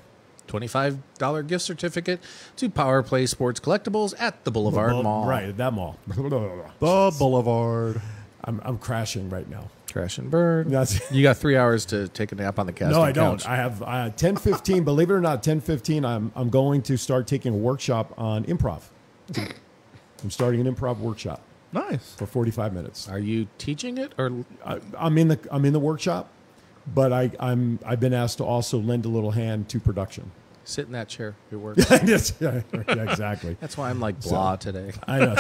Speaker 5: $25 gift certificate to Power Play Sports Collectibles at the Boulevard Mall.
Speaker 4: Right, at that mall.
Speaker 7: *laughs*
Speaker 4: *laughs*
Speaker 7: The Boulevard.
Speaker 4: I'm, I'm crashing right now.
Speaker 5: Crash and burn.
Speaker 4: That's-
Speaker 5: you got three hours to take a nap on the couch.
Speaker 4: *laughs* no, I don't. I have uh, 10:15. believe it or not, 10:15. I'm I'm going to start taking a workshop
Speaker 5: *laughs*
Speaker 4: on improv. I'm starting an improv workshop
Speaker 7: Nice.
Speaker 4: for 45 minutes.
Speaker 5: Are you teaching it or
Speaker 4: I, I'm in the I'm in the workshop, but I I'm I've been asked to also lend a little hand to
Speaker 5: *laughs*
Speaker 4: production. *laughs*
Speaker 5: sit in that chair? It works.
Speaker 4: yes, yeah, yeah, exactly.
Speaker 5: *laughs* That's why I'm like blah today.
Speaker 4: I know.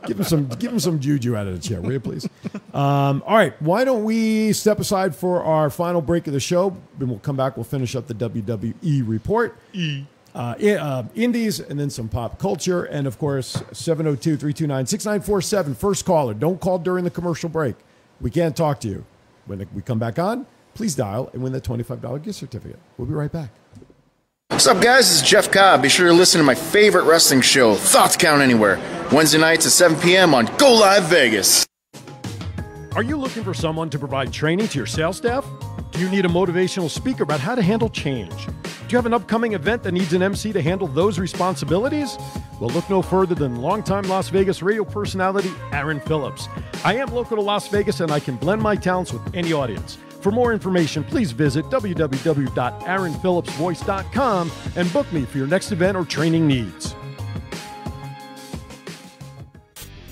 Speaker 4: *laughs* give him some give him some juju out of the chair, will you please? Um, all right, why don't we step aside for our final break of the show, and we'll come back. We'll finish up the WWE report. Uh, i- uh, indies and then some pop culture. And of course, 702 329 6947. First caller. Don't call during the commercial break. We can't talk to you. When the- we come back on, please dial and win that $25 gift certificate. We'll be right back.
Speaker 10: What's up, guys? This is Jeff Cobb. Be sure to listen to my favorite wrestling show, Thoughts Count Anywhere, Wednesday nights at 7 p.m. on Go Live Vegas.
Speaker 8: Are you looking for someone to provide training to your sales staff? Do you need a motivational speaker about how to handle change? Do you have an upcoming event that needs an MC to handle those responsibilities? Well, look no further than longtime Las Vegas radio personality Aaron Phillips. I am local to Las Vegas and I can blend my talents with any audience. For more information, please visit www.aaronphillipsvoice.com and book me for your next event or training needs.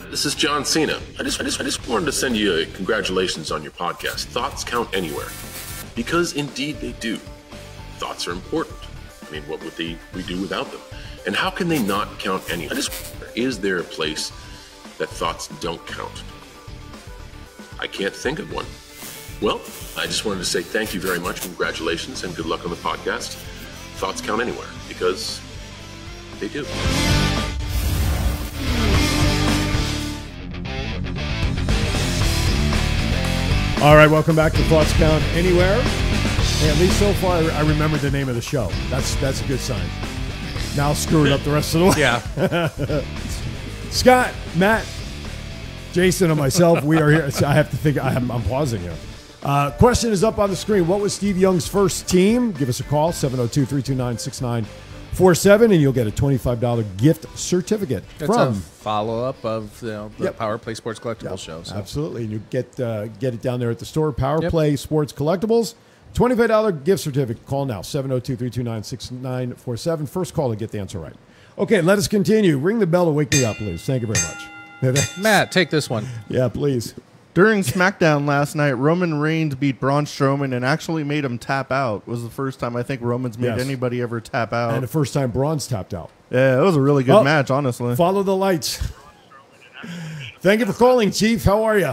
Speaker 9: This is John Cena. I just, I just, I just wanted to send you a congratulations on your podcast. Thoughts count anywhere, because indeed they do. Thoughts are important. I mean, what would they we do without them? And how can they not count anywhere? I just wonder, is there a place that thoughts don't count? I can't think of one. Well, I just wanted to say thank you very much, congratulations, and good luck on the podcast. Thoughts count anywhere because they do.
Speaker 4: All right, welcome back to Thoughts Count Anywhere. Hey, at least so far, I remember the name of the show. That's that's a good sign. Now screw it up the rest of the way.
Speaker 5: Yeah.
Speaker 4: *laughs* Scott, Matt, Jason, and myself, we are here. I have to think. I'm, I'm pausing here. Uh, question is up on the screen. What was Steve Young's first team? Give us a call, 702 329 6947, and you'll get a $25 gift certificate
Speaker 5: That's a
Speaker 4: from.
Speaker 5: follow up of you know, the
Speaker 4: Yep.
Speaker 5: Power Play Sports Collectibles show. So.
Speaker 4: Absolutely, and you get uh, get it down there at the store. Power
Speaker 5: Yep.
Speaker 4: Play Sports Collectibles, twenty five dollar gift certificate. Call now 702-329-6947. First call to get the answer right. Okay, let us continue. Ring the bell to wake me up, Liz. Thank you very much.
Speaker 5: *laughs* Matt, take this
Speaker 4: *laughs*
Speaker 5: one.
Speaker 4: yeah, please.
Speaker 7: During SmackDown last night, Roman Reigns beat Braun Strowman and actually made him tap out. It was the first time I think Roman's made
Speaker 4: Yes.
Speaker 7: anybody ever tap
Speaker 4: And the
Speaker 7: out.
Speaker 4: first time Braun's tapped out.
Speaker 7: Yeah, it was a really good
Speaker 4: Oh.
Speaker 7: match, honestly.
Speaker 4: Follow the lights. Thank you for calling, Chief. How are you?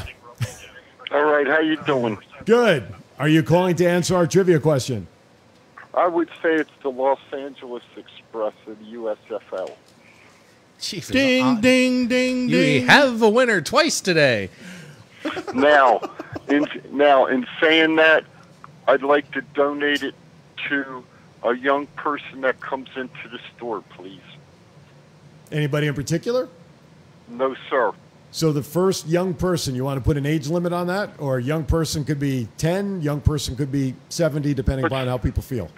Speaker 11: All right, how you doing?
Speaker 4: Good. Are you calling to answer our trivia question?
Speaker 11: I would say it's the Los Angeles Express of the USFL.
Speaker 5: Chief,
Speaker 7: Ding, ding, ding,
Speaker 5: you
Speaker 7: ding.
Speaker 5: have a winner twice today.
Speaker 11: Now, in, now, in saying that, I'd like to donate it to a young person that comes into the store, please.
Speaker 4: Anybody in particular?
Speaker 11: No, sir.
Speaker 4: So the first young person, you want to put an age limit on that, or a young person could be ten, young person could be seventy, depending upon how people feel.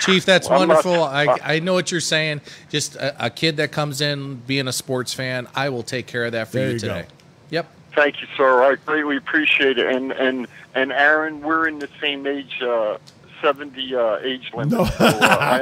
Speaker 5: Chief, that's
Speaker 11: Well, I'm not-
Speaker 5: wonderful. I, I know what you're saying. Just a, a kid that comes in being a sports fan, I will take care of that for
Speaker 4: There
Speaker 5: you,
Speaker 4: you go.
Speaker 5: today. Yep.
Speaker 11: Thank you, sir. I greatly appreciate it. And and and Aaron, we're in the same age, uh, seventy uh, age limit. So, uh, I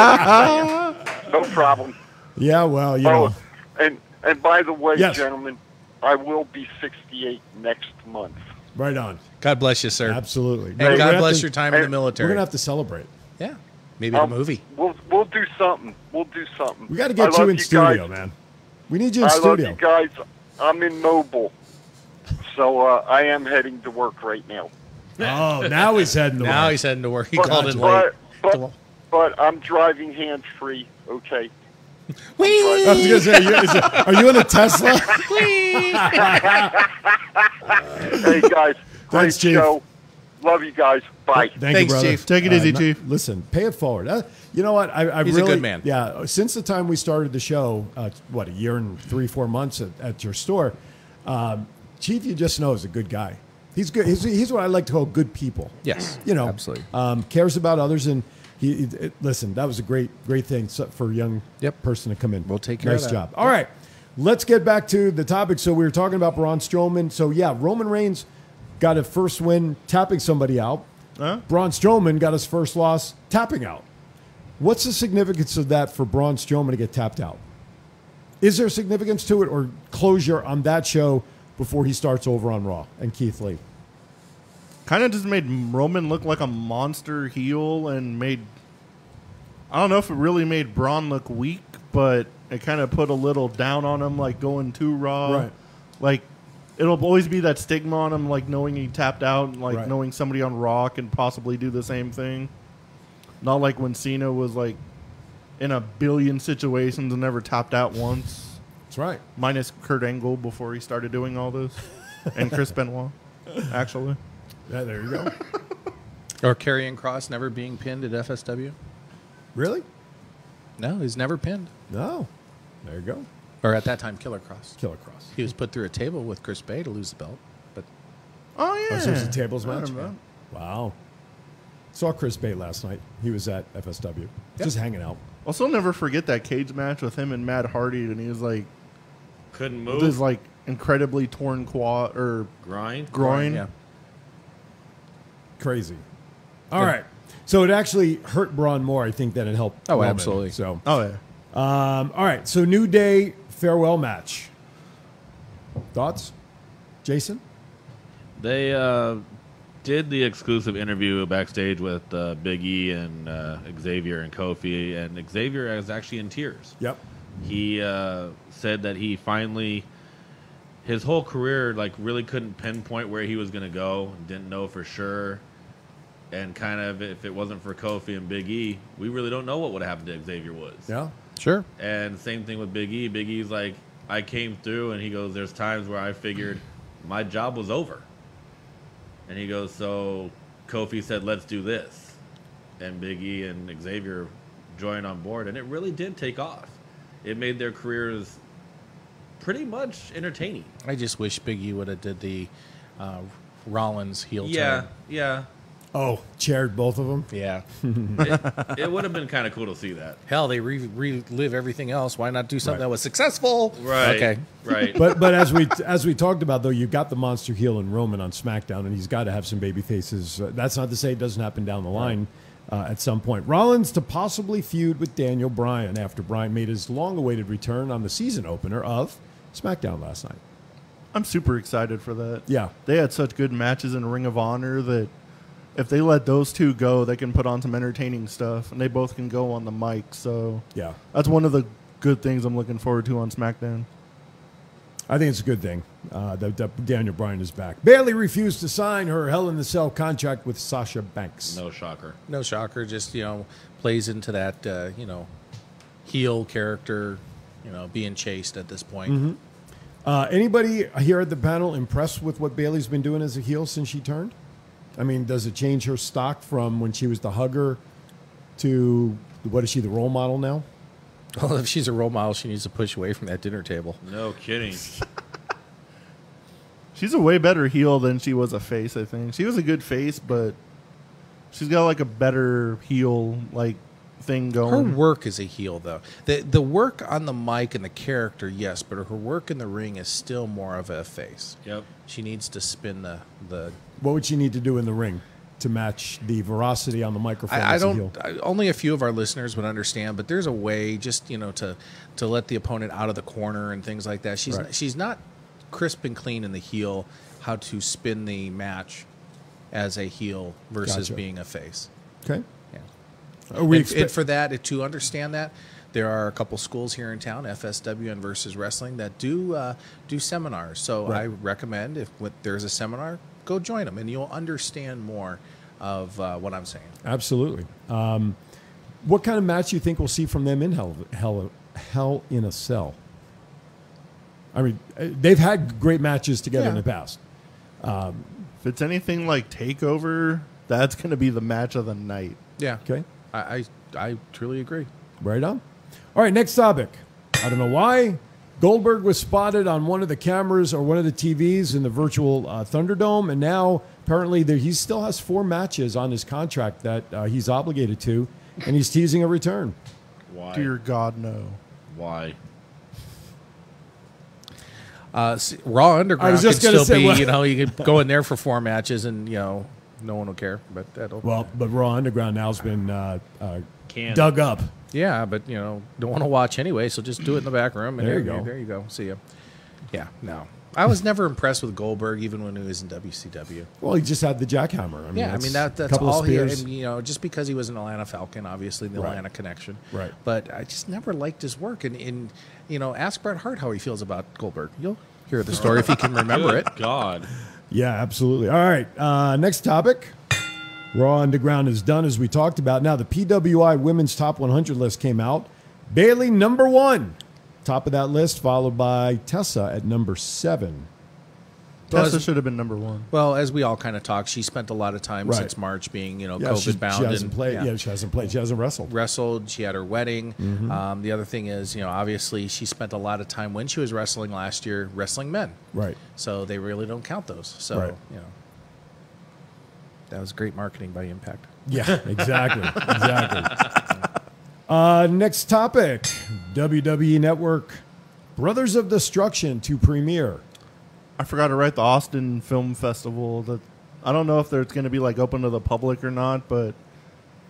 Speaker 11: understand what
Speaker 4: *laughs*
Speaker 11: you're saying. No problem.
Speaker 4: Yeah, well, you know,
Speaker 11: Oh, and and by the way,
Speaker 4: Yes.
Speaker 11: gentlemen, I will be 68 next month.
Speaker 4: right on,
Speaker 5: God bless you, sir.
Speaker 4: absolutely.
Speaker 5: And
Speaker 11: We're
Speaker 5: God
Speaker 11: gonna
Speaker 5: bless
Speaker 4: to,
Speaker 5: your time in the
Speaker 11: Hey,
Speaker 4: We're
Speaker 5: military.
Speaker 4: gonna have Oh. to celebrate.
Speaker 5: yeah. Maybe a
Speaker 11: Um,
Speaker 5: movie.
Speaker 11: We'll we'll do something. We'll do something.
Speaker 4: We got to
Speaker 11: I
Speaker 4: get you
Speaker 11: love
Speaker 4: in studio,
Speaker 11: guys.
Speaker 4: man. We need you in
Speaker 11: I love
Speaker 4: studio.
Speaker 11: you guys. I'm in Mobile, so uh, I am heading to work right now.
Speaker 4: Oh, now he's heading the
Speaker 5: Now
Speaker 4: way.
Speaker 5: he's heading to work. He
Speaker 11: But-
Speaker 5: called in late.
Speaker 11: but,
Speaker 5: Come
Speaker 11: But, but I'm driving hands free. Okay.
Speaker 5: Whee!
Speaker 6: *laughs*
Speaker 4: I was gonna say, you- is it- are you in a
Speaker 11: *laughs*
Speaker 4: Tesla?
Speaker 11: Hey guys, great
Speaker 4: Thanks, Chief.
Speaker 11: show. Love you guys. Bye.
Speaker 7: Take it
Speaker 4: Uh,
Speaker 7: easy,
Speaker 4: no-
Speaker 7: Chief.
Speaker 4: Listen, pay it forward. Uh, you know what? I, I
Speaker 5: He's a
Speaker 4: really,
Speaker 5: good man.
Speaker 4: Yeah. Since the time we started the show, uh, what a year and three, four months at, at your store, um, Chief, you just know is a good guy. He's good. He's, he's what I like to call good people.
Speaker 5: Yes,
Speaker 4: You know,
Speaker 5: absolutely.
Speaker 4: Um, cares about others and. He, he- it- listen, that was a great, great thing so- for a young person to come in. We'll take
Speaker 5: care of
Speaker 4: Nice
Speaker 5: that.
Speaker 4: job. All right, let's get back to the topic. So we were talking about Braun Strowman. So yeah, Roman Reigns got a first win tapping somebody out. Braun Strowman got his first loss tapping out. What's the significance of that for Braun Strowman to get tapped out? Is there significance to it, or closure on that show before he starts over on Raw and Keith Lee?
Speaker 7: kind of just made Roman look like a monster heel and made I don't know if it really made Braun look weak, but it kind of put a little down on him, like going too raw.
Speaker 4: Right.
Speaker 7: Like it'll always be that stigma on him, like knowing he tapped out, and like
Speaker 4: Right.
Speaker 7: knowing somebody on Raw can possibly do the same thing. Not like when Cena was like in a billion situations and never tapped out once.
Speaker 4: That's right.
Speaker 7: Minus Kurt Angle before he started doing
Speaker 4: *laughs*
Speaker 7: all this, and Chris Benoit, actually.
Speaker 4: Yeah, there you go.
Speaker 5: Or Karrion Cross never being pinned at FSW.
Speaker 4: Really?
Speaker 5: No, he's never pinned.
Speaker 4: No. There you go.
Speaker 5: Or at that time, Killer Cross.
Speaker 4: Killer Cross.
Speaker 5: He was put through a table with Chris Bay to lose the belt. But
Speaker 7: Oh
Speaker 4: Oh,
Speaker 7: yeah.
Speaker 4: so it's a tables
Speaker 7: I
Speaker 4: match.
Speaker 7: remember that.
Speaker 4: Wow. Saw Chris Bay last night. He was uh, at FSW, just hanging out.
Speaker 7: Also, I'll never forget that cage match with him and Matt Hardy, and he was like,
Speaker 6: Couldn't
Speaker 7: with
Speaker 6: move.
Speaker 7: his like incredibly torn quad or
Speaker 6: grind.
Speaker 7: groin.
Speaker 5: yeah.
Speaker 4: Crazy. All right. So it actually hurt Braun more, I think, than it helped.
Speaker 5: Oh,
Speaker 4: Roman.
Speaker 5: absolutely.
Speaker 4: So,
Speaker 7: Oh yeah.
Speaker 4: um, all right. So New Day farewell match. Thoughts, Jason?
Speaker 6: They uh, did the exclusive interview backstage with uh, Big E and uh, Xavier and Kofi, and Xavier is actually in tears.
Speaker 4: Yep.
Speaker 6: He uh, said that he finally, his whole career, like really couldn't pinpoint where he was gonna go, didn't know for sure, and kind of if it wasn't for Kofi and Big E, we really don't know what would happen to Xavier Woods.
Speaker 4: Yeah.
Speaker 5: Sure.
Speaker 6: And same thing with Big E. Big E's like, I came through, and he goes, There's times where I figured my job was over. And he goes, So Kofi said, Let's do this. And Big E and Xavier joined on board, and it really did take off. It made their careers pretty much entertaining.
Speaker 5: I just wish Big E would have did the uh, Rollins heel
Speaker 6: Yeah,
Speaker 5: turn.
Speaker 6: yeah.
Speaker 4: Oh, chaired both of them.
Speaker 5: Yeah.
Speaker 6: *laughs* It would have been kind of cool to see that.
Speaker 5: Hell, they re- relive everything else. Why not do something that was successful?
Speaker 6: Right.
Speaker 5: Okay.
Speaker 6: Right.
Speaker 4: But but as we as we talked about though, you got the monster heel in Roman on SmackDown, and he's got to have some baby faces. Uh, that's not to say it doesn't happen down the line uh, at some point. Rollins to possibly feud with Daniel Bryan after Bryan made his long-awaited return on the season opener of SmackDown last night.
Speaker 7: I'm super excited for that.
Speaker 4: Yeah.
Speaker 7: They had such good matches in Ring of Honor that if they let those two go, they can put on some entertaining stuff, and they both can go on the mic. So
Speaker 4: Yeah.
Speaker 7: that's one of the good things I'm looking forward to on SmackDown.
Speaker 4: I think it's a good thing uh, that, that Daniel Bryan is back. Bailey refused to sign her Hell in the Cell contract with Sasha Banks.
Speaker 6: no shocker.
Speaker 5: No shocker. Just, you know, plays into that, uh, you know, heel character, you know, being chased at this point.
Speaker 4: Uh, anybody here at the panel impressed with what Bailey's been doing as a heel since she turned? I mean, does it change her stock from when she was the hugger to what is she the role model now?
Speaker 5: *laughs* Well, if she's a role model, she needs to push away from that dinner table.
Speaker 6: No kidding.
Speaker 7: She's a way better heel than she was a face, I think. She was a good face, but she's got like a better heel like thing
Speaker 5: Her
Speaker 7: going.
Speaker 5: work is a heel, though. The the work on the mic and the character, yes, but her work in the ring is still more of a face.
Speaker 6: Yep.
Speaker 5: She needs to spin the the.
Speaker 4: What would she need to do in the ring to match the veracity on the microphone?
Speaker 5: I, I
Speaker 4: as a heel?
Speaker 5: don't. I, only a few of our listeners would understand, but there's a way, just you know, to to let the opponent out of the corner and things like that. She's
Speaker 4: Right.
Speaker 5: she's not crisp and clean in the heel. How to spin the match as a heel versus
Speaker 4: Gotcha.
Speaker 5: being a face.
Speaker 4: Okay.
Speaker 5: Yeah.
Speaker 4: Are we
Speaker 5: and,
Speaker 4: expect-
Speaker 5: and for that, it- to understand that, there are a couple schools here in town, FSW and Versus Wrestling, that do uh, do seminars. So
Speaker 4: Right.
Speaker 5: I recommend if what, there's a seminar, go join them, and you'll understand more of uh, what I'm saying.
Speaker 4: Absolutely. Um, what kind of match do you think we'll see from them in Hell, Hell, Hell in a Cell? I mean, uh, they've had great matches together in
Speaker 5: Yeah.
Speaker 4: the past. Um,
Speaker 7: If it's anything like Takeover, that's going to be the match of the night.
Speaker 5: Yeah.
Speaker 4: Okay.
Speaker 5: I, I I truly agree.
Speaker 4: Right on. All right, next topic. I don't know why. Goldberg was spotted on one of the cameras or one of the TVs in the virtual uh, Thunderdome, and now apparently there, he still has four matches on his contract that uh, he's obligated to, and he's teasing a return.
Speaker 6: Why?
Speaker 7: Dear God, no.
Speaker 6: Why?
Speaker 5: Uh, s- Raw
Speaker 4: I
Speaker 5: Underground
Speaker 4: was just
Speaker 5: could still
Speaker 4: gonna say,
Speaker 5: be,
Speaker 4: well-
Speaker 5: you know, you could go in there for four matches and, you know, no one will care. But that'll.
Speaker 4: Well, but Raw Underground now has been uh, uh,
Speaker 6: Canned.
Speaker 4: dug up.
Speaker 5: yeah, but, you know, don't want to watch anyway, so just do it in the back room. And
Speaker 4: There
Speaker 5: there
Speaker 4: you
Speaker 5: you
Speaker 4: go.
Speaker 5: There you go. See ya. Yeah, no. I was never impressed with Goldberg, even when he was in WCW.
Speaker 4: Well, he just had the jackhammer. I mean,
Speaker 5: yeah, I mean that
Speaker 4: a
Speaker 5: that's
Speaker 4: couple of
Speaker 5: all he
Speaker 4: spears.
Speaker 5: and, you know, just because he was an Atlanta Falcon, obviously the
Speaker 4: Right.
Speaker 5: Atlanta connection.
Speaker 4: Right.
Speaker 5: But I just never liked his work and, and you know, ask Bret Hart how he feels about Goldberg. You'll hear the story if he can
Speaker 4: *laughs*
Speaker 5: remember it. *laughs*
Speaker 6: Good God.
Speaker 4: Yeah, absolutely. All right. Uh, next topic. Raw Underground is done as we talked about. Now the PWI Women's Top 100 list came out. Bailey number one, top of that list, followed by Tessa at number seven.
Speaker 7: Tessa
Speaker 5: it's-
Speaker 7: should have been number one.
Speaker 5: Well, as we all kind of talk, she spent a lot of time
Speaker 4: Right.
Speaker 5: since March being, you know,
Speaker 4: Yeah,
Speaker 5: COVID
Speaker 4: she, she
Speaker 5: bound
Speaker 4: hasn't
Speaker 5: and
Speaker 4: played.
Speaker 5: yeah,
Speaker 4: Yeah. she hasn't played. She hasn't
Speaker 5: *laughs*
Speaker 4: wrestled.
Speaker 5: wrestled. She had her wedding.
Speaker 4: Mm-hmm.
Speaker 5: Um, the other thing is, you know, obviously she spent a lot of time when she was wrestling last year wrestling men. *laughs*
Speaker 4: Right.
Speaker 5: So they really don't count those. So
Speaker 4: Right.
Speaker 5: you know, that was great marketing by Impact.
Speaker 4: Yeah, exactly. exactly. Uh, next topic WWE Network Brothers of Destruction to premiere.
Speaker 7: I forgot to write the Austin Film Festival. That I don't know if they're- it's going to be like open to the public or not, but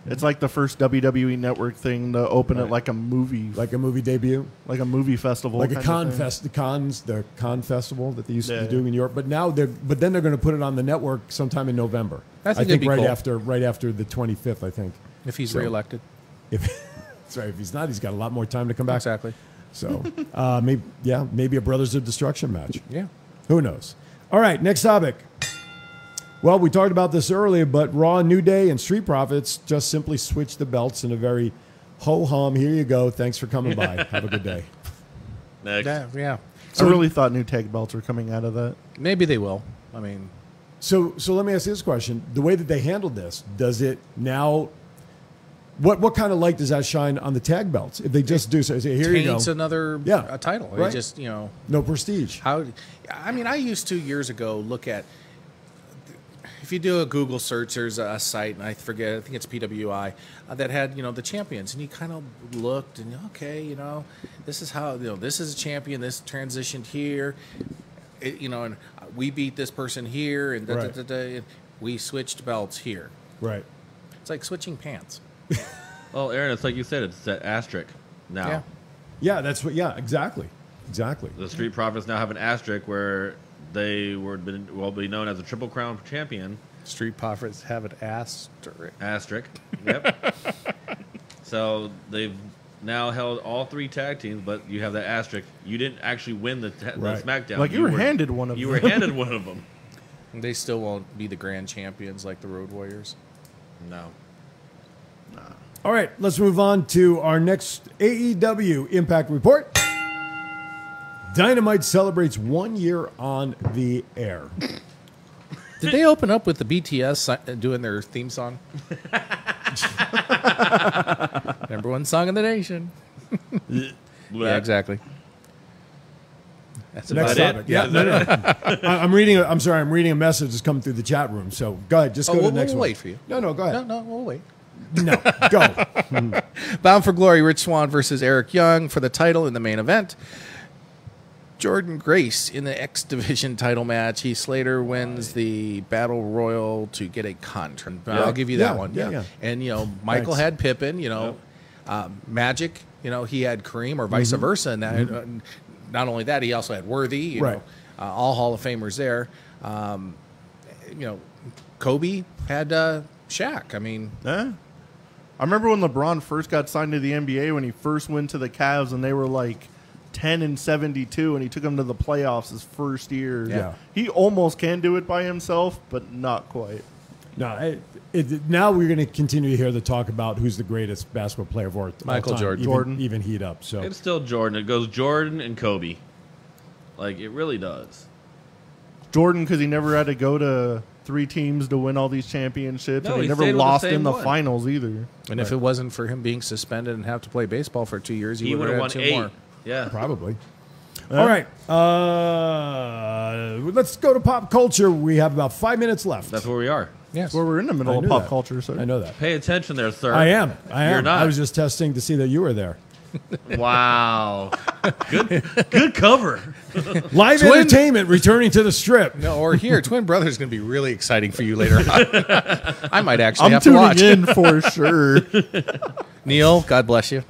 Speaker 7: it's like the first WWE Network thing to open it like a movie, like
Speaker 4: Like a movie debut.
Speaker 7: like a movie festival,
Speaker 4: like a
Speaker 7: kind of
Speaker 4: con
Speaker 7: thing.
Speaker 4: fest, the cons, the con festival that they used to
Speaker 7: Yeah.
Speaker 4: be doing in New York. But now they're, but then they're going to put it on the network sometime in November.
Speaker 5: I think it'd be
Speaker 4: right
Speaker 5: cool.
Speaker 4: after, right after the 25th, I think.
Speaker 5: If he's
Speaker 4: So-
Speaker 5: reelected,
Speaker 4: If *laughs* sorry, if he's not, he's got a lot more time to come back.
Speaker 5: exactly.
Speaker 4: So, uh, maybe yeah, maybe a Brothers of Destruction match.
Speaker 5: Yeah.
Speaker 4: Who knows? All right, next topic. Well, we talked about this earlier, but Raw, New Day, and Street Profits just simply switched the belts in a very ho hum. Here you go. Thanks for
Speaker 5: *laughs*
Speaker 4: coming by. Have a good day.
Speaker 6: Next.
Speaker 5: Yeah. Yeah.
Speaker 7: I really thought new tag belts were coming out of that.
Speaker 5: Maybe they will. I mean,
Speaker 4: So, so let me ask you this question: the way that they handled this, does it now? What what kind of light does that shine on the tag belts if they just do so? Say, here you go,
Speaker 5: Taint's another
Speaker 4: Yeah.
Speaker 5: a title. It
Speaker 4: Right.
Speaker 5: just you know
Speaker 4: no prestige.
Speaker 5: how. I mean, I used to years ago look at if you do a Google search, there's a site, and I forget, I think it's PWI, uh, that had, you know, the champions. And you kind of looked and, okay, you know, this is how, you know, this is a champion, this transitioned here, it, you know, and uh, we beat this person here, and da,
Speaker 4: Right.
Speaker 5: da, da, da, and we switched belts here.
Speaker 4: Right.
Speaker 5: It's like switching pants.
Speaker 6: Well, Aaron, it's like you said, it's that asterisk now.
Speaker 5: Yeah.
Speaker 4: Yeah, that's what. Yeah, exactly, exactly.
Speaker 6: The Street Profits now have an asterisk where they were been, will be known as a Triple Crown champion.
Speaker 5: Street profits have an asterisk.
Speaker 6: Asterisk. Yep. *laughs* so they've now held all three tag teams, but you have that asterisk. You didn't actually win the, ta-
Speaker 4: Right.
Speaker 6: the SmackDown.
Speaker 7: Like, you were handed one of
Speaker 6: you
Speaker 7: them.
Speaker 6: were handed one
Speaker 7: *laughs*
Speaker 6: of them.
Speaker 5: They still won't be the grand champions like the Road Warriors.
Speaker 6: No.
Speaker 4: All right, let's move on to our next AEW Impact report. Dynamite celebrates one year on the air.
Speaker 5: Did they open up with the BTS si- uh, doing their theme song? *laughs* Number one song in the nation. Yeah, exactly. That's about
Speaker 4: Next
Speaker 5: it.
Speaker 6: it?
Speaker 4: topic. Yeah, no, no. I- I'm reading. A, I'm sorry. I'm reading a message that's come through the chat room. So go ahead. Just
Speaker 5: Oh,
Speaker 4: go
Speaker 5: we'll,
Speaker 4: to the next
Speaker 5: we'll
Speaker 4: one.
Speaker 5: wait for you.
Speaker 4: No, no. Go
Speaker 5: No,
Speaker 4: ahead.
Speaker 5: no, we'll wait.
Speaker 4: No,
Speaker 5: *laughs*
Speaker 4: go.
Speaker 5: Bound for Glory, Rich Swan versus Eric Young for the title in the main event. Jordan Grace in the X Division title match. He Slater wins the Battle Royal to get a contract. I'll give you that
Speaker 4: Yeah,
Speaker 5: one.
Speaker 4: yeah,
Speaker 5: Yeah.
Speaker 4: yeah.
Speaker 5: And, you know, Michael
Speaker 4: Thanks.
Speaker 5: had Pippin, you know, um, Magic, you know, he had Kareem or vice
Speaker 4: Mm-hmm.
Speaker 5: versa. And that, uh, not only that, he also had Worthy, you
Speaker 4: Right.
Speaker 5: know, uh, all Hall of Famers there. Um, you know, Kobe had uh, Shaq. I mean,
Speaker 7: Eh? I remember when LeBron first got signed to the NBA when he first went to the Cavs and they were like 10 and 72 and he took them to the playoffs his first year.
Speaker 4: Yeah.
Speaker 7: He almost can do it by himself, but not quite.
Speaker 4: No, it, it, now we're going to continue to hear the talk about who's the greatest basketball player of all
Speaker 5: Michael
Speaker 4: time,
Speaker 5: Jordan.
Speaker 4: even,
Speaker 7: Jordan.
Speaker 4: even heat up. So
Speaker 6: It's still Jordan. It goes Jordan and Kobe. Like, it really does.
Speaker 7: Jordan because he never had to go to three teams to win all these championships,
Speaker 5: No,
Speaker 7: and
Speaker 5: he
Speaker 7: he, never
Speaker 5: stayed on the
Speaker 7: lost in
Speaker 5: same
Speaker 7: the
Speaker 5: one.
Speaker 7: finals either.
Speaker 5: And if it wasn't for him being suspended and have to play baseball for two years, he,
Speaker 6: He
Speaker 5: would have had
Speaker 6: would've won
Speaker 5: two
Speaker 6: eight.
Speaker 5: more.
Speaker 6: Yeah,
Speaker 4: probably. All right. Uh, let's go to pop culture. We have about five minutes left.
Speaker 6: That's where we are.
Speaker 5: Yes.
Speaker 7: Well, we're in the
Speaker 4: I
Speaker 7: middle of
Speaker 4: knew
Speaker 7: pop
Speaker 4: that.
Speaker 7: culture, so
Speaker 4: I know that.
Speaker 6: Pay attention there, sir.
Speaker 4: I am. I am.
Speaker 6: You're not.
Speaker 4: I was just testing to see that you were there. *laughs*
Speaker 6: wow. good. Good cover.
Speaker 4: Live
Speaker 5: Twin-
Speaker 4: entertainment returning to the strip.
Speaker 5: No, or here, Twin Brother's going to be really exciting for you later on. *laughs* I might actually
Speaker 7: I'm
Speaker 5: have to
Speaker 7: tuning
Speaker 5: watch.
Speaker 7: in for sure.
Speaker 4: *laughs*
Speaker 5: Neil, God bless you.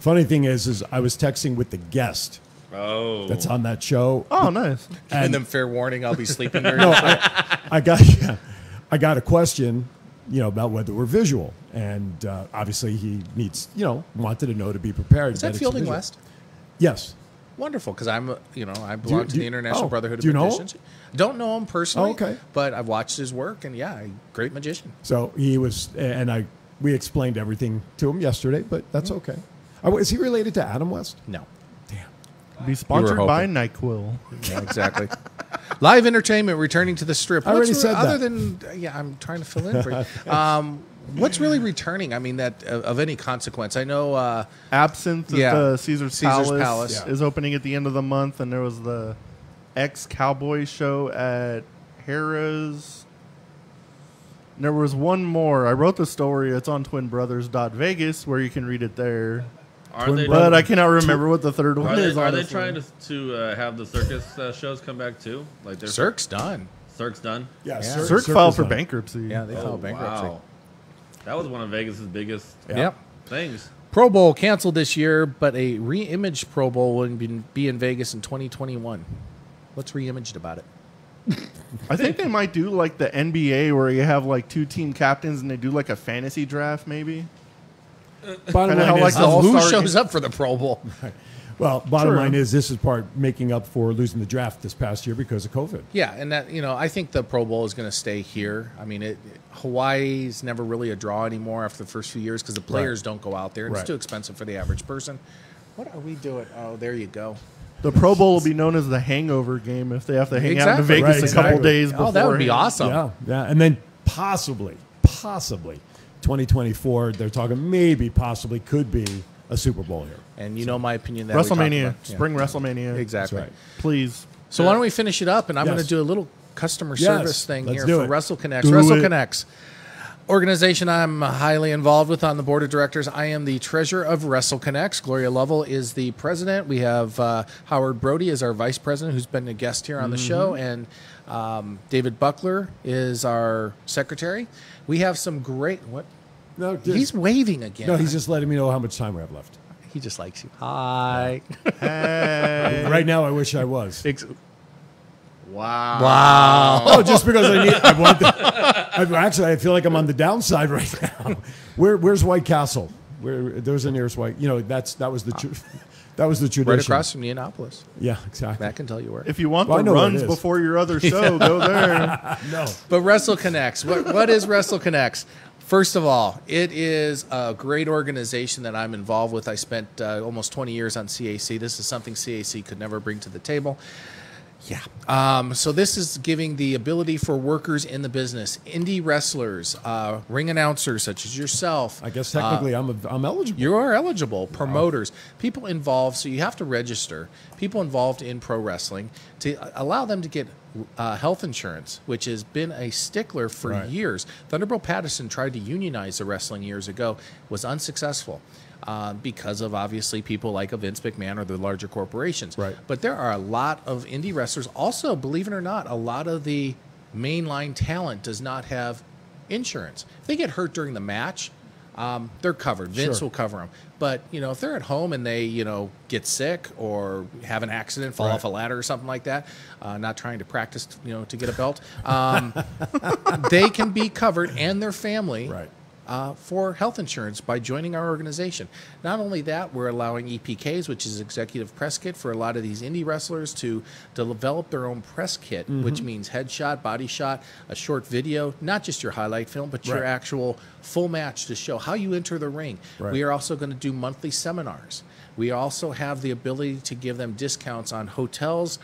Speaker 4: Funny thing is, is I was texting with the guest
Speaker 6: Oh.
Speaker 4: that's on that show.
Speaker 7: Oh, nice.
Speaker 5: And then fair warning, I'll be *laughs* sleeping during
Speaker 4: No,
Speaker 5: the
Speaker 4: I, I got *laughs* I got a question, you know, about whether we're visual, and uh, obviously he needs, you know, wanted to know to be prepared.
Speaker 5: Is that
Speaker 4: it's
Speaker 5: Fielding
Speaker 4: visual.
Speaker 5: West?
Speaker 4: Yes.
Speaker 5: Wonderful, because I'm, uh, you know, I belong to
Speaker 4: do
Speaker 5: the
Speaker 4: you-
Speaker 5: International
Speaker 4: oh,
Speaker 5: Brotherhood of
Speaker 4: do you know him?
Speaker 5: Magicians. Don't know him personally,
Speaker 4: Oh, okay.
Speaker 5: but I've watched his work, and yeah, great magician.
Speaker 4: So he was, and I we explained everything to him yesterday, but
Speaker 5: Hmm.
Speaker 4: that's okay. Are- Is he related to Adam West?
Speaker 5: No,
Speaker 7: Be sponsored by
Speaker 5: hoping.
Speaker 7: Nyquil.
Speaker 5: yeah, exactly. Live entertainment returning to the strip.
Speaker 4: I already
Speaker 5: What's
Speaker 4: said
Speaker 5: other
Speaker 4: that.
Speaker 5: than yeah, I'm trying to fill in for you. Um, what's really returning? I mean, that uh, of, of any consequence. I know. Uh,
Speaker 7: Absinthe
Speaker 5: Yeah.
Speaker 7: at the Caesar's,
Speaker 5: Caesar's
Speaker 7: Palace,
Speaker 5: Palace.
Speaker 7: is opening at the end of the month, and there was the ex Cowboy show at Harrah's. And There was one more. I wrote the story. It's on twinbrothers.vegas where you can read it there.
Speaker 6: Are they?
Speaker 7: But I cannot remember what the third
Speaker 6: Are
Speaker 7: one
Speaker 6: they,
Speaker 7: is.
Speaker 6: are they
Speaker 7: honestly.
Speaker 6: trying to, to uh, have the circus uh, shows come back too? Like their
Speaker 5: Cirque's done.
Speaker 6: Cirque's done.
Speaker 4: Yeah,
Speaker 5: Yeah.
Speaker 4: Cirque-
Speaker 7: Cirque
Speaker 4: Cirque
Speaker 7: filed
Speaker 4: was
Speaker 7: for
Speaker 4: on it.
Speaker 7: bankruptcy.
Speaker 5: Yeah, they
Speaker 6: Oh,
Speaker 5: filed bankruptcy.
Speaker 6: Wow. That was one of Vegas's biggest
Speaker 5: Yep.
Speaker 6: things.
Speaker 5: Pro Bowl canceled this year, but a re-imaged Pro Bowl will be- be in Vegas in 2021. What's re-imaged about it?
Speaker 7: I think they might do like the NBA where you have like two team captains and they do like a fantasy draft, maybe.
Speaker 4: Bottom
Speaker 7: Kinda
Speaker 4: line
Speaker 7: how,
Speaker 4: is,
Speaker 7: like, the
Speaker 5: Of who
Speaker 7: All-Star-
Speaker 5: shows up for the Pro Bowl?
Speaker 4: well, bottom
Speaker 7: True.
Speaker 4: line is this is part making up for losing the draft this past year because of COVID.
Speaker 5: Yeah, and that you know, I think the Pro Bowl is going to stay here. I mean, it, Hawaii's never really a draw anymore after the first few years because the players don't go out there. and
Speaker 4: Right.
Speaker 5: It's too expensive for the average person. What are we doing? Oh, there you go.
Speaker 7: The Pro Bowl will be known as the hangover game if they have to hang out in
Speaker 5: Exactly.
Speaker 7: Vegas
Speaker 4: Right,
Speaker 7: a
Speaker 4: exactly.
Speaker 7: couple days before.
Speaker 5: Oh, that would be awesome.
Speaker 4: Yeah, yeah, and then possibly, possibly, 2024. They're talking maybe, possibly, could be a Super Bowl here.
Speaker 5: And you know my opinion that we talked
Speaker 7: WrestleMania,
Speaker 5: about- yeah.
Speaker 7: spring WrestleMania.
Speaker 5: exactly.
Speaker 4: That's right.
Speaker 7: Please.
Speaker 5: So why don't we finish it up? And I'm
Speaker 4: Yes.
Speaker 5: going to do a little customer
Speaker 4: Yes,
Speaker 5: service thing
Speaker 4: let's
Speaker 5: here
Speaker 4: do
Speaker 5: for
Speaker 4: it.
Speaker 5: Russell Connects.
Speaker 7: Do
Speaker 5: Russell
Speaker 7: it.
Speaker 5: Connects, organization I'm highly involved with on the board of directors. I am the treasurer of Russell Connects. Gloria Lovell is the president. We have uh, Howard Brody is our vice president, who's been a guest here on the show,
Speaker 4: Mm-hmm.
Speaker 5: and um, David Buckler is our secretary. We have some great. What
Speaker 4: No, just-
Speaker 5: he's waving again.
Speaker 4: no, he's just letting me know how much time we have left.
Speaker 5: he just likes you. Hi.
Speaker 4: Right now, I wish I was.
Speaker 6: Wow.
Speaker 5: Wow.
Speaker 4: Oh, just because I need.
Speaker 5: *laughs*
Speaker 4: I want. The, I, actually, I feel like I'm on the downside *laughs*
Speaker 5: *laughs*
Speaker 4: right now. Where, where's White Castle? Where there's the nearest White. You know, that's that was the. Tr- *laughs* that was the tradition.
Speaker 5: Right across from Indianapolis.
Speaker 4: Yeah, exactly.
Speaker 5: Matt can tell you where.
Speaker 7: If you want
Speaker 4: Well, I
Speaker 7: the
Speaker 4: know where it
Speaker 7: runs
Speaker 4: is.
Speaker 7: before your
Speaker 5: *laughs*
Speaker 7: other show, go there.
Speaker 4: No.
Speaker 5: But Wrestle Connects, what, what is Wrestle Connects? First of all, it is a great organization that I'm involved with. I spent uh, almost 20 years on CAC. This is something CAC could never bring to the table. Yeah. Um, so this is giving the ability for workers in the business, indie wrestlers, uh, ring announcers such as yourself.
Speaker 4: I guess
Speaker 5: uh,
Speaker 4: technically I'm a, I'm eligible.
Speaker 5: You are eligible. Promoters, people involved, so you have to register people involved in pro wrestling to allow them to get uh, health insurance, which has been a stickler for years. Thunderbolt Patterson tried to unionize the wrestling years ago, was unsuccessful. Uh, because of obviously people like a Vince McMahon or the larger corporations,
Speaker 4: Right.
Speaker 5: But there are a lot of indie wrestlers. Also, believe it or not, a lot of the mainline talent does not have insurance. If they get hurt during the match, um, they're covered. Vince
Speaker 4: Sure.
Speaker 5: will cover them. But you know, if they're at home and they you know get sick or have an accident, fall off a ladder or something like that, uh, not trying to practice you know to get a belt, um, they can be covered and their family
Speaker 4: Right.
Speaker 5: uh, for health insurance by joining our organization. Not only that, we're allowing EPKs, which is executive press kit, for a lot of these indie wrestlers to, develop their own press kit,
Speaker 4: Mm-hmm.
Speaker 5: which means headshot, body shot, a short video, not just your highlight film, but your
Speaker 4: Right.
Speaker 5: actual full match to show how you enter the ring.
Speaker 4: Right.
Speaker 5: We are also going to do monthly seminars. We also have the ability to give them discounts on hotels.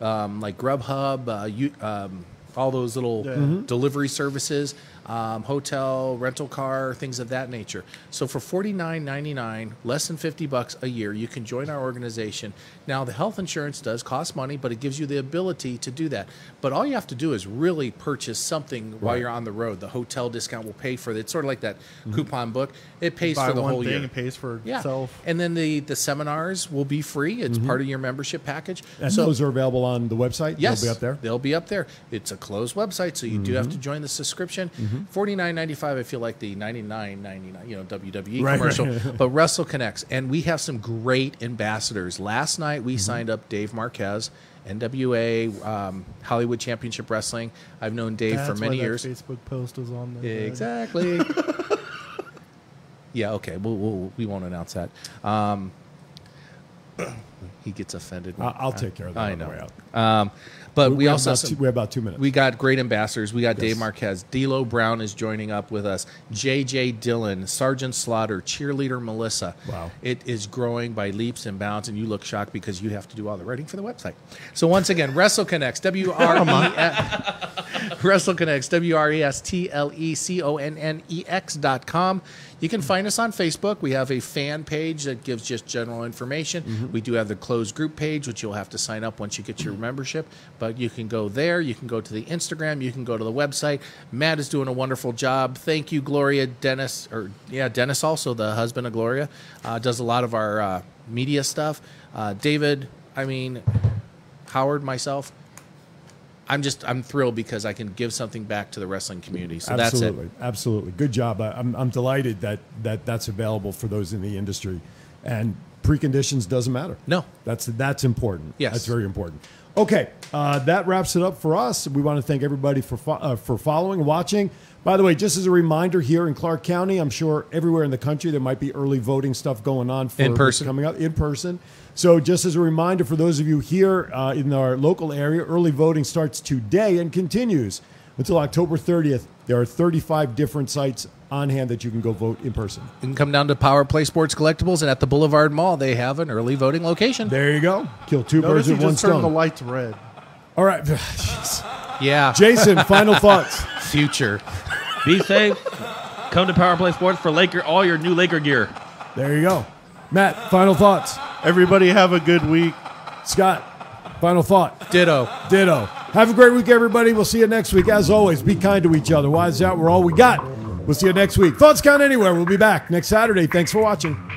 Speaker 5: um, like Grubhub, uh, you, um, all those little
Speaker 12: Yeah. Mhm.
Speaker 5: delivery services, um, hotel, rental car, things of that nature. So for forty nine ninety nine, less than fifty bucks a year, you can join our organization. Now the health insurance does cost money, but it gives you the ability to do that. But all you have to do is really purchase something while
Speaker 7: Right.
Speaker 5: you're on the road. The hotel discount will pay for it. It's sort of like that coupon book. It pays
Speaker 7: Buy
Speaker 5: for the
Speaker 7: one
Speaker 5: whole
Speaker 7: thing,
Speaker 5: year.
Speaker 7: It pays for
Speaker 5: Yeah.
Speaker 7: itself.
Speaker 5: And then the the seminars will be free. It's
Speaker 4: Mhm.
Speaker 5: part of your membership package.
Speaker 4: And those are available on the website.
Speaker 5: yes,
Speaker 4: They'll be up there.
Speaker 5: They'll be up there. It's a closed website, so you do have
Speaker 4: Mhm.
Speaker 5: to join the subscription.
Speaker 4: Mhm.
Speaker 5: Forty nine ninety five. I feel like the ninety nine ninety nine. You know WWE
Speaker 4: Right,
Speaker 5: commercial,
Speaker 4: *laughs* right.
Speaker 5: but Wrestle Connects, and we have some great ambassadors. Last night
Speaker 4: Mm-hmm.
Speaker 5: we signed up Dave Marquez. NWA um, Hollywood Championship Wrestling. I've known Dave
Speaker 7: That's
Speaker 5: for many
Speaker 7: why
Speaker 5: years.
Speaker 7: That Facebook post was on there.
Speaker 4: *laughs*
Speaker 5: Exactly. Yeah, okay. We'll, we'll, we won't announce that. Um, *clears throat* he gets offended. when-
Speaker 4: I- I'll take care of that
Speaker 5: I
Speaker 4: on the
Speaker 5: know.
Speaker 4: way
Speaker 5: Um, but we,
Speaker 4: We- Uh, we have
Speaker 5: also
Speaker 4: about two- we have about two minutes.
Speaker 5: We got great ambassadors. We got
Speaker 4: Yes.
Speaker 5: Dave Marquez, D'Lo Brown is joining up with us. J.J. Dillon, Sergeant Slaughter, cheerleader Melissa. Wow, it is growing by leaps and bounds, and you look shocked because you have to do all the writing for the website. So once again, WrestleConnects, W R
Speaker 7: Come
Speaker 5: E
Speaker 7: on.
Speaker 5: X. WrestleConnects, W R E S T L E C O N N E X dot com. You can find us on Facebook. We have a fan page that gives just general information. We do have the closed group page, which you'll have to sign up once you get your membership. But you can go there. You can go to the Instagram. You can go to the website. Matt is doing a wonderful job. Thank you, Gloria Dennis. Or yeah, Dennis also the husband of Gloria uh, does a lot of our uh, media stuff. Uh, David, I mean Howard, myself. I'm just I'm thrilled because I can give something back to the wrestling community. So
Speaker 4: absolutely,
Speaker 5: that's
Speaker 4: absolutely. Good job. I, I'm, I'm delighted that, that that's available for those in the industry, and preconditions doesn't matter.
Speaker 5: No,
Speaker 4: that's that's important.
Speaker 5: Yes.
Speaker 4: that's very important. Okay, uh, that wraps it up for us. We want to thank everybody for fo- uh, for following, watching. By the way, just as a reminder, here in Clark County, I'm sure everywhere in the country there might be early voting stuff going on for
Speaker 5: In person.
Speaker 4: coming up in person. So, just as a reminder for those of you here uh, in our local area, early voting starts today and continues until October 30th. There are 35 different sites on hand that you can go vote in person.
Speaker 5: it. You can come down to Power Play Sports Collectibles and at the Boulevard Mall they have an early voting location.
Speaker 4: There you go. Kill two birds
Speaker 7: Notice he
Speaker 4: with one
Speaker 7: just turned the
Speaker 4: stone.
Speaker 7: lights red.
Speaker 4: All right. *laughs* Jeez.
Speaker 5: Yeah.
Speaker 4: Jason, final thoughts.
Speaker 5: Future.
Speaker 6: Be safe. Come to Power Play Sports for Laker all your new Laker gear.
Speaker 4: There you go. Matt, final thoughts.
Speaker 7: Everybody have a good week.
Speaker 4: Scott, final thought.
Speaker 5: Ditto.
Speaker 4: Ditto. Have a great week, everybody. We'll see you next week. As always, be kind to each other. Wise out, we're all we got. We'll see you next week. Thoughts count anywhere. We'll be back next Saturday. Thanks for watching.